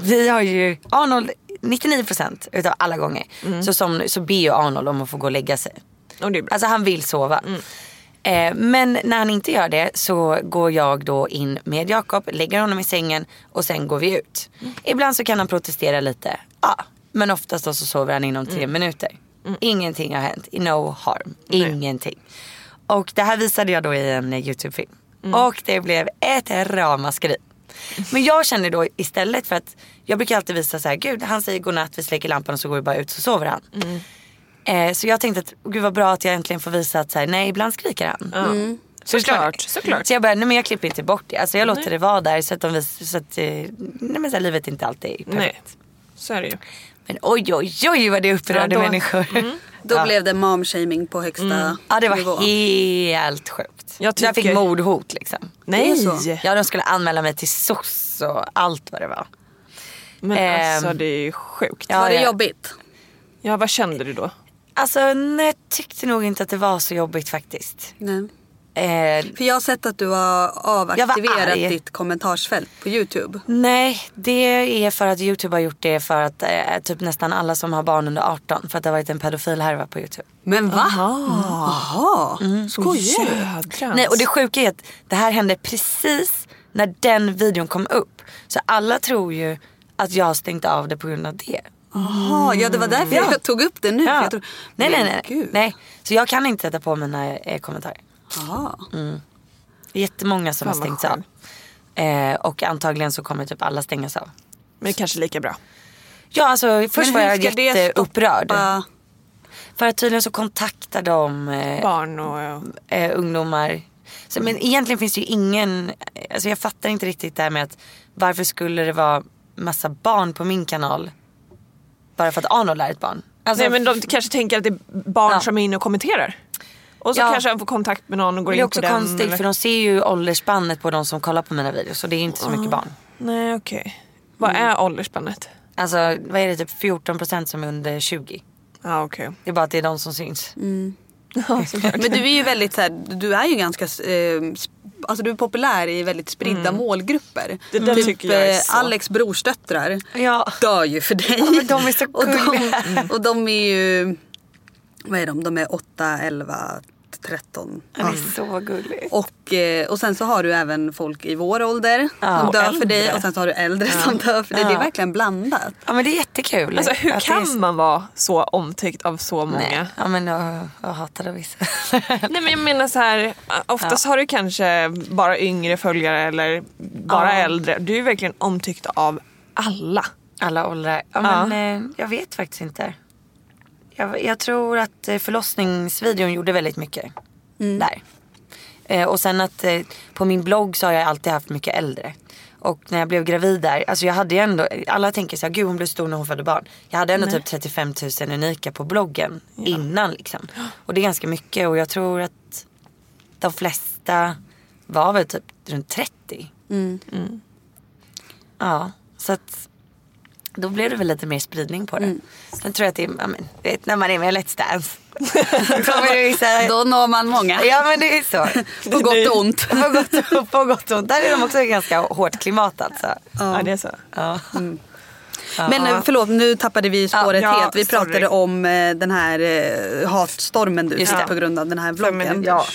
Speaker 3: vi har ju Arnold 99% utav alla gånger så, som, så ber ju Arnold om att få gå och lägga sig.
Speaker 4: Och det är bra.
Speaker 3: Alltså han vill sova. Eh, men när han inte gör det så går jag då in med Jakob, lägger honom i sängen och sen går vi ut. Ibland så kan han protestera lite. Ja, men oftast då så sover han inom tre minuter. Ingenting har hänt. No harm. Ingenting. Och det här visade jag då i en eh, Youtube-film. Och det blev ett ramaskri. Men jag känner då istället för att jag brukar alltid visa så här, gud han säger godnatt, vi släcker lampan och så går vi bara ut så sover han. Eh, så jag tänkte att gud vad bra att jag äntligen får visa att så här, nej ibland skriker han. Förstår ni?
Speaker 4: Såklart, Mm. såklart.
Speaker 3: Så jag bara, nej men jag klipper inte bort det. Alltså jag låter det vara där så att, de vis, så att eh, nej, men så här, livet är inte alltid perfekt.
Speaker 4: Nej, så är det ju.
Speaker 3: Men oj oj oj vad det upprörde
Speaker 4: Ja, då- Mm.
Speaker 3: människor.
Speaker 2: Då
Speaker 3: ja. Mm.
Speaker 2: blev det momshaming på högsta
Speaker 3: ja det var
Speaker 2: nivå.
Speaker 3: helt sjukt.
Speaker 4: Jag
Speaker 3: Jag,
Speaker 4: tycker-
Speaker 3: fick mordhot liksom.
Speaker 2: Det är så.
Speaker 4: Nej.
Speaker 3: Ja de skulle anmäla mig till SOS och allt vad det var.
Speaker 4: Men
Speaker 3: Ehm.
Speaker 4: alltså det är ju sjukt.
Speaker 3: Ja.
Speaker 2: Var det jobbigt?
Speaker 4: Ja, vad kände du då?
Speaker 3: Alltså nej jag tyckte nog inte att det var så jobbigt faktiskt.
Speaker 2: Nej.
Speaker 3: Eh,
Speaker 2: För jag har sett att du har avaktiverat
Speaker 3: arg.
Speaker 2: ditt kommentarsfält på Youtube.
Speaker 3: Nej, det är för att Youtube har gjort det för att eh, typ nästan alla som har barn under 18 för att det har varit en pedofilhärva på Youtube.
Speaker 2: Men va? Jaha,
Speaker 3: Mm.
Speaker 2: skojar du?
Speaker 4: Jädrans.
Speaker 3: Nej, och det sjuka är att det här hände precis när den videon kom upp. Så alla tror ju att jag har stängt av det på grund av det.
Speaker 2: Jaha, ja det var därför jag tog upp det nu. för Jag tror...
Speaker 3: Nej, nej,
Speaker 2: Men
Speaker 3: nej, nej.
Speaker 2: gud.
Speaker 3: nej. Så jag kan inte sätta på mina eh, kommentarer.
Speaker 2: Jaha.
Speaker 3: Mm. Det är jättemånga som
Speaker 4: Fan,
Speaker 3: har
Speaker 4: vad
Speaker 3: stängts av. Eh, och antagligen så kommer typ alla stängas av.
Speaker 4: Men kanske lika bra.
Speaker 3: Ja, alltså först var
Speaker 2: hur
Speaker 3: jag
Speaker 2: ska det
Speaker 3: jätteupprörd.
Speaker 2: Va?
Speaker 3: För att tydligen så kontaktar de eh,
Speaker 4: Barn och...
Speaker 3: eh, ungdomar. Så, men egentligen finns det ju ingen, alltså jag fattar inte riktigt det här med att varför skulle det vara massa barn på min kanal bara för att Arnold är ett barn? Alltså,
Speaker 4: Nej men de kanske tänker att det är barn
Speaker 3: Ja.
Speaker 4: som är inne och kommenterar. Och så
Speaker 3: Ja.
Speaker 4: kanske han får kontakt med någon och går
Speaker 3: det är
Speaker 4: in på
Speaker 3: också
Speaker 4: den.
Speaker 3: konstigt
Speaker 4: eller-
Speaker 3: för de ser ju åldersspannet på de som kollar på mina videos så det är ju inte så mycket barn.
Speaker 4: Nej okej. Vad
Speaker 3: Mm.
Speaker 4: är åldersspannet?
Speaker 3: Alltså vad är det typ 14% som är under 20?
Speaker 4: Ja okej.
Speaker 3: Det är bara att det är de som syns.
Speaker 2: Men du är ju väldigt så här, du är ju ganska eh, sp- Alltså du är populär i väldigt
Speaker 3: Mm.
Speaker 2: spridda målgrupper.
Speaker 4: Det där tycker jag är
Speaker 2: eh,
Speaker 4: så.
Speaker 2: Alex brorsdöttrar
Speaker 3: Ja.
Speaker 2: dör ju för dig.
Speaker 3: men de är så
Speaker 2: och, de, Mm.
Speaker 3: gulliga.
Speaker 2: och de är ju, vad är de? De är 8, 11, 13.
Speaker 3: Det är så gulligt.
Speaker 2: Och, eh, och sen så har du även folk i vår ålder
Speaker 3: Ja,
Speaker 2: som
Speaker 3: och
Speaker 2: dör för
Speaker 3: äldre.
Speaker 2: dig och sen så har du äldre som dör för dig. Det är verkligen blandat.
Speaker 3: Ja men det är jättekul.
Speaker 4: Alltså hur
Speaker 3: att det är så-
Speaker 4: kan man vara så omtyckt av så många?
Speaker 3: Nej.
Speaker 4: Nej,
Speaker 3: Ja men jag, jag hatar det vissa.
Speaker 4: men jag menar så här, eh, oftast har du kanske bara yngre följare eller bara
Speaker 3: Ja.
Speaker 4: äldre. Du är verkligen omtyckt av alla.
Speaker 3: Alla åldrar. Ja,
Speaker 4: Ja.
Speaker 3: Men, eh, jag vet faktiskt inte. Jag, jag tror att eh, förlossningsvideon gjorde väldigt mycket där. Eh, och sen att eh, på min blogg så har jag alltid haft mycket äldre. Och när jag blev gravid där, alltså jag hade ju ändå, alla tänker så här, gud hon blev stor när hon födde barn. Jag hade ändå typ 35 000 unika på bloggen innan liksom. Och det är ganska mycket och jag tror att de flesta var väl typ runt 30. Ja, så att då blev det väl lite mer spridning på det. Sen tror jag att det är, ja, men, du vet, när man är med i Let's Dance. kommer det vissa,
Speaker 2: Då når man många.
Speaker 3: ja men det är så.
Speaker 2: På gott och ont.
Speaker 3: På gott, och- på gott och ont. Där är de också ganska hårt klimat alltså.
Speaker 4: Ja, det är så.
Speaker 3: Ja.
Speaker 2: Men eh, förlåt, nu tappade vi spåret
Speaker 4: Ja,
Speaker 2: helt. Vi
Speaker 4: sorry.
Speaker 2: pratade om eh, den här eh, hatstormen du
Speaker 3: Just
Speaker 2: fick
Speaker 3: det.
Speaker 2: på grund av den här vloggen.
Speaker 4: minuters.
Speaker 3: Ja.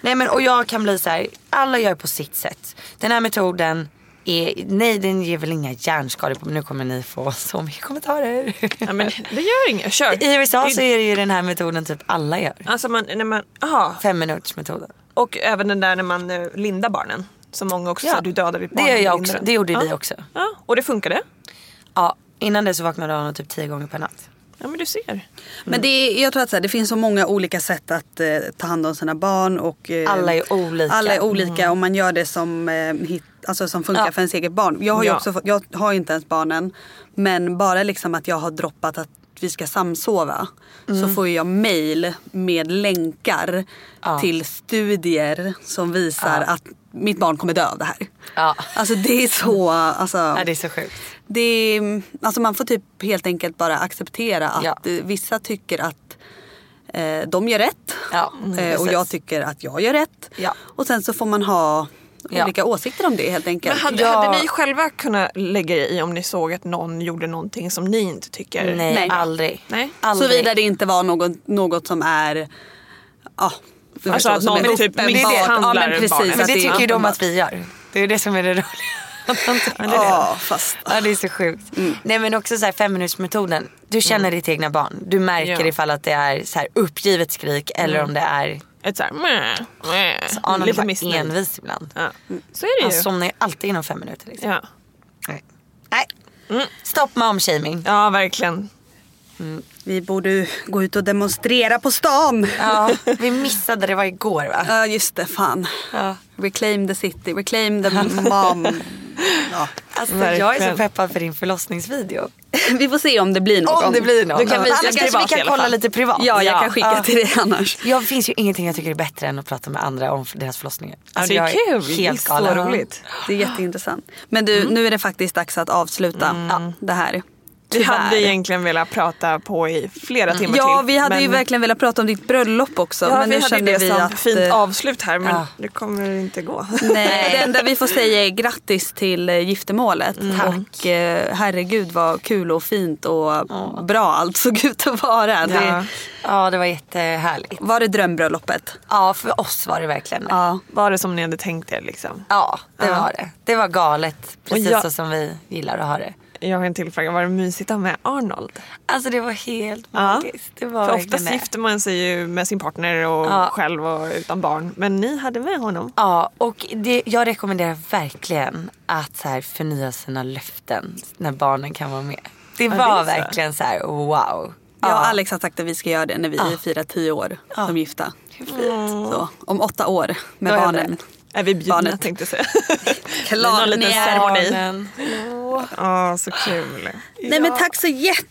Speaker 3: Nej men och jag kan bli så här, alla gör på sitt sätt. Den här metoden är, nej den ger väl inga hjärnskador på, men nu kommer ni få så mycket kommentarer.
Speaker 4: Ja, men det gör inget, kör.
Speaker 3: I USA så är det ju den här metoden typ alla gör.
Speaker 4: Alltså man, när man, aha.
Speaker 3: Fem minuters metoden.
Speaker 4: Och även den där när man eh, lindar barnen. Som många också
Speaker 3: Ja,
Speaker 4: sa, du dödar ditt barn.
Speaker 3: det gör jag
Speaker 4: du lindar
Speaker 3: också.
Speaker 4: den.
Speaker 3: Det gjorde
Speaker 4: ja.
Speaker 3: vi också.
Speaker 4: Ja, och det funkade.
Speaker 3: Ja, innan det så vaknade Arnold typ tio gånger per natt.
Speaker 4: Ja men du ser.
Speaker 3: Mm.
Speaker 2: Men det, är- jag tror att så här, det finns så många olika sätt att eh, ta hand om sina barn. Och, eh,
Speaker 3: Alla är olika. Mm.
Speaker 2: Alla är olika och man gör det som, eh, hit, alltså, som funkar
Speaker 3: Ja.
Speaker 2: för ens eget barn. Jag har, ju
Speaker 4: Ja.
Speaker 2: också, fått- jag har ju inte ens barnen. Men bara liksom att jag har droppat att vi ska samsova.
Speaker 3: Mm.
Speaker 2: Så får ju jag mail med länkar
Speaker 3: Ja.
Speaker 2: till studier som visar att mitt barn kommer dö av det här.
Speaker 3: Ja.
Speaker 2: Alltså det är så... Alltså,
Speaker 3: Ja, det är så sjukt.
Speaker 2: det är, alltså man får typ helt enkelt bara acceptera att
Speaker 3: Ja.
Speaker 2: eh, vissa tycker att eh, de gör rätt
Speaker 3: Ja,
Speaker 2: eh, och
Speaker 3: precis.
Speaker 2: jag tycker att jag gör rätt.
Speaker 3: Ja.
Speaker 2: Och sen så får man ha
Speaker 3: Ja.
Speaker 2: olika åsikter om det helt enkelt.
Speaker 4: Men hade,
Speaker 3: Ja.
Speaker 4: hade ni själva kunnat lägga er i om ni såg att någon gjorde någonting som ni inte tycker?
Speaker 3: Nej,
Speaker 2: Nej.
Speaker 3: aldrig.
Speaker 4: Nej.
Speaker 3: aldrig.
Speaker 2: Såvida det inte var något, något som är... Ja, du förstår,
Speaker 4: Alltså att någon
Speaker 2: som är
Speaker 4: typ
Speaker 2: uppenbart.
Speaker 4: misshandlar
Speaker 2: ja, men precis,
Speaker 4: barnet.
Speaker 3: Men
Speaker 2: att
Speaker 3: det
Speaker 2: är
Speaker 3: tycker ju de
Speaker 2: uppenbart.
Speaker 3: att vi gör. Det är det som är det roliga.
Speaker 2: Ja, fast...
Speaker 3: Ja det är så sjukt.
Speaker 4: Mm.
Speaker 3: Nej men också så här femminutersmetoden. Du känner ditt egna barn. Du märker
Speaker 4: Ja.
Speaker 3: ifall att det är så här uppgivet skrik eller om det är
Speaker 4: Ett såhär meh, meh.
Speaker 3: så Arnold är
Speaker 4: lite
Speaker 3: bara
Speaker 4: missnöjd.
Speaker 3: envis ibland.
Speaker 4: Ja. Alltså, Så är det
Speaker 3: Han
Speaker 4: ju.
Speaker 3: somnar ju alltid inom fem minuter. Liksom.
Speaker 4: Ja. Mm.
Speaker 3: Nej. Nej. Stopp momshaming.
Speaker 4: ja verkligen.
Speaker 2: Vi borde gå ut och demonstrera på stan.
Speaker 3: Ja, vi missade det var igår va?
Speaker 2: Ja just det, fan.
Speaker 3: Ja.
Speaker 2: Reclaim the city, reclaim the mom. Ja.
Speaker 3: Alltså,
Speaker 4: Verkligen.
Speaker 3: jag är så peppad för din förlossningsvideo.
Speaker 2: Vi får se om det blir någon.
Speaker 3: Om det blir någon.
Speaker 4: Du kan visa
Speaker 3: Annars kanske vi
Speaker 4: privat i
Speaker 3: kan
Speaker 4: alla
Speaker 3: kolla
Speaker 4: fall.
Speaker 3: lite privat.
Speaker 2: Ja, jag kan skicka
Speaker 3: Ja.
Speaker 2: till dig annars.
Speaker 3: Jag finns ju ingenting jag tycker är bättre än att prata med andra om deras förlossningar.
Speaker 4: Alltså, det är
Speaker 3: jag
Speaker 4: kul. Det är så roligt. Mm.
Speaker 2: Det är jätteintressant. Men du, nu är det faktiskt dags att avsluta ja, det här.
Speaker 4: Vi hade
Speaker 2: Tyvärr. Mm.
Speaker 4: egentligen velat prata på i flera timmar
Speaker 2: Ja,
Speaker 4: till.
Speaker 2: vi hade
Speaker 4: men-
Speaker 2: ju verkligen velat prata om ditt bröllop också.
Speaker 4: Ja,
Speaker 2: men
Speaker 4: vi
Speaker 2: nu
Speaker 4: hade ju
Speaker 2: kände
Speaker 4: det
Speaker 2: vi
Speaker 4: som
Speaker 2: att...
Speaker 4: fint
Speaker 2: eh,
Speaker 4: avslut här men
Speaker 3: ja.
Speaker 4: det kommer inte gå.
Speaker 2: Nej, det enda vi får säga är grattis till eh, giftermålet. Och eh, herregud vad kul och fint och bra allt såg ut att vara.
Speaker 4: Ja.
Speaker 2: Det,
Speaker 3: Ja, det var jättehärligt.
Speaker 2: var det drömbröllopet?
Speaker 3: Ja, för oss var det verkligen det.
Speaker 2: Ja.
Speaker 4: Var det som ni hade tänkt er liksom?
Speaker 3: Ja, det var det. Det var galet. Precis
Speaker 4: Och jag-
Speaker 3: så som vi gillar att ha det.
Speaker 4: Jag har en till fråga. Var det mysigt att ha med Arnold?
Speaker 3: Alltså det var helt
Speaker 4: Ja.
Speaker 3: magiskt. Det var
Speaker 4: För
Speaker 3: verkligen
Speaker 4: oftast
Speaker 3: det.
Speaker 4: gifter man sig ju med sin partner och
Speaker 3: Ja.
Speaker 4: själv och utan barn. Men ni hade med honom.
Speaker 3: Ja, och det, jag rekommenderar verkligen att så här förnya sina löften när barnen kan vara med. Det
Speaker 4: det är
Speaker 3: var
Speaker 4: så.
Speaker 3: verkligen så här wow.
Speaker 2: Jag och
Speaker 3: Ja.
Speaker 2: Alex har sagt att vi ska göra det när vi firar tio år som gifta. Så, om åtta år med
Speaker 3: Då händer
Speaker 2: barnen.
Speaker 4: Är vi bjudna
Speaker 2: Barnet.
Speaker 4: tänkte jag säga.
Speaker 2: Klart
Speaker 4: någon liten
Speaker 2: ni är.
Speaker 4: ceremoni.
Speaker 3: Barnen.
Speaker 4: Ja, så kul.
Speaker 2: Nej, men tack så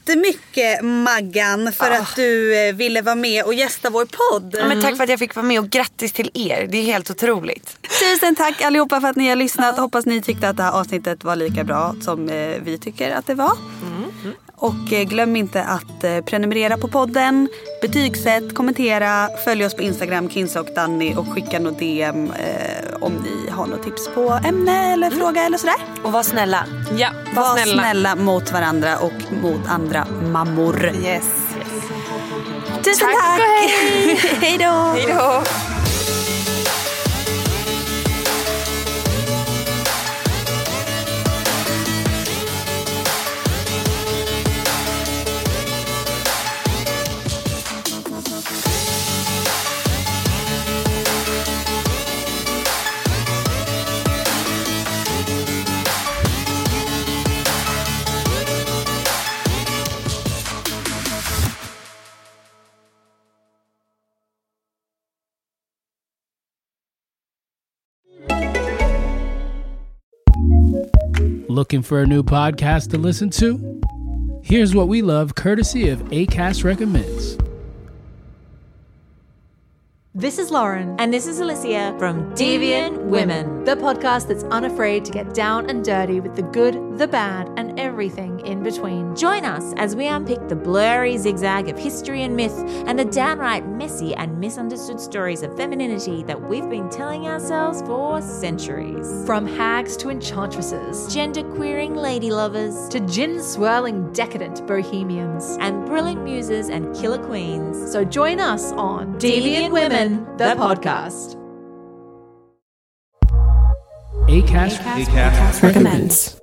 Speaker 2: jättemycket Maggan för att du eh, ville vara med och gästa vår podd.
Speaker 3: Ja, men tack för att jag fick vara med och grattis till er. Det är helt otroligt.
Speaker 2: Tusen tack allihopa för att ni har lyssnat. Hoppas ni tyckte att det här avsnittet var lika bra som eh, vi tycker att det var.
Speaker 4: Mm.
Speaker 2: Och eh, glöm inte att eh, prenumerera på podden, betygsätt, kommentera, följ oss på Instagram, Kinsa och Danny och skicka något DM eh, om ni har något tips på ämne eller fråga eller sådär.
Speaker 3: Och var snälla.
Speaker 4: Ja, Mm. var,
Speaker 2: Var snälla.
Speaker 4: snälla.
Speaker 2: mot varandra och mot andra mammor.
Speaker 4: Yes.
Speaker 2: Tusen tack!
Speaker 4: Tack och
Speaker 2: hej då!
Speaker 4: Hej då.
Speaker 5: Looking for a new podcast to listen to? Here's what we love courtesy of ACAST Recommends.
Speaker 6: This is Lauren.
Speaker 7: And this is Alicia from Deviant Women,
Speaker 6: the podcast that's unafraid to get down and dirty with the good, the bad, and everything in between.
Speaker 7: Join us as we unpick the blurry zigzag of history and myth and the downright messy and misunderstood stories of femininity that we've been telling ourselves for centuries.
Speaker 6: From hags to enchantresses,
Speaker 7: Gender queering lady lovers
Speaker 6: to gin swirling decadent bohemians.
Speaker 7: and brilliant muses and killer queens.
Speaker 6: So join us on
Speaker 7: Deviant Women, the podcast.
Speaker 5: ACAST,
Speaker 7: Recommends.
Speaker 5: recommends.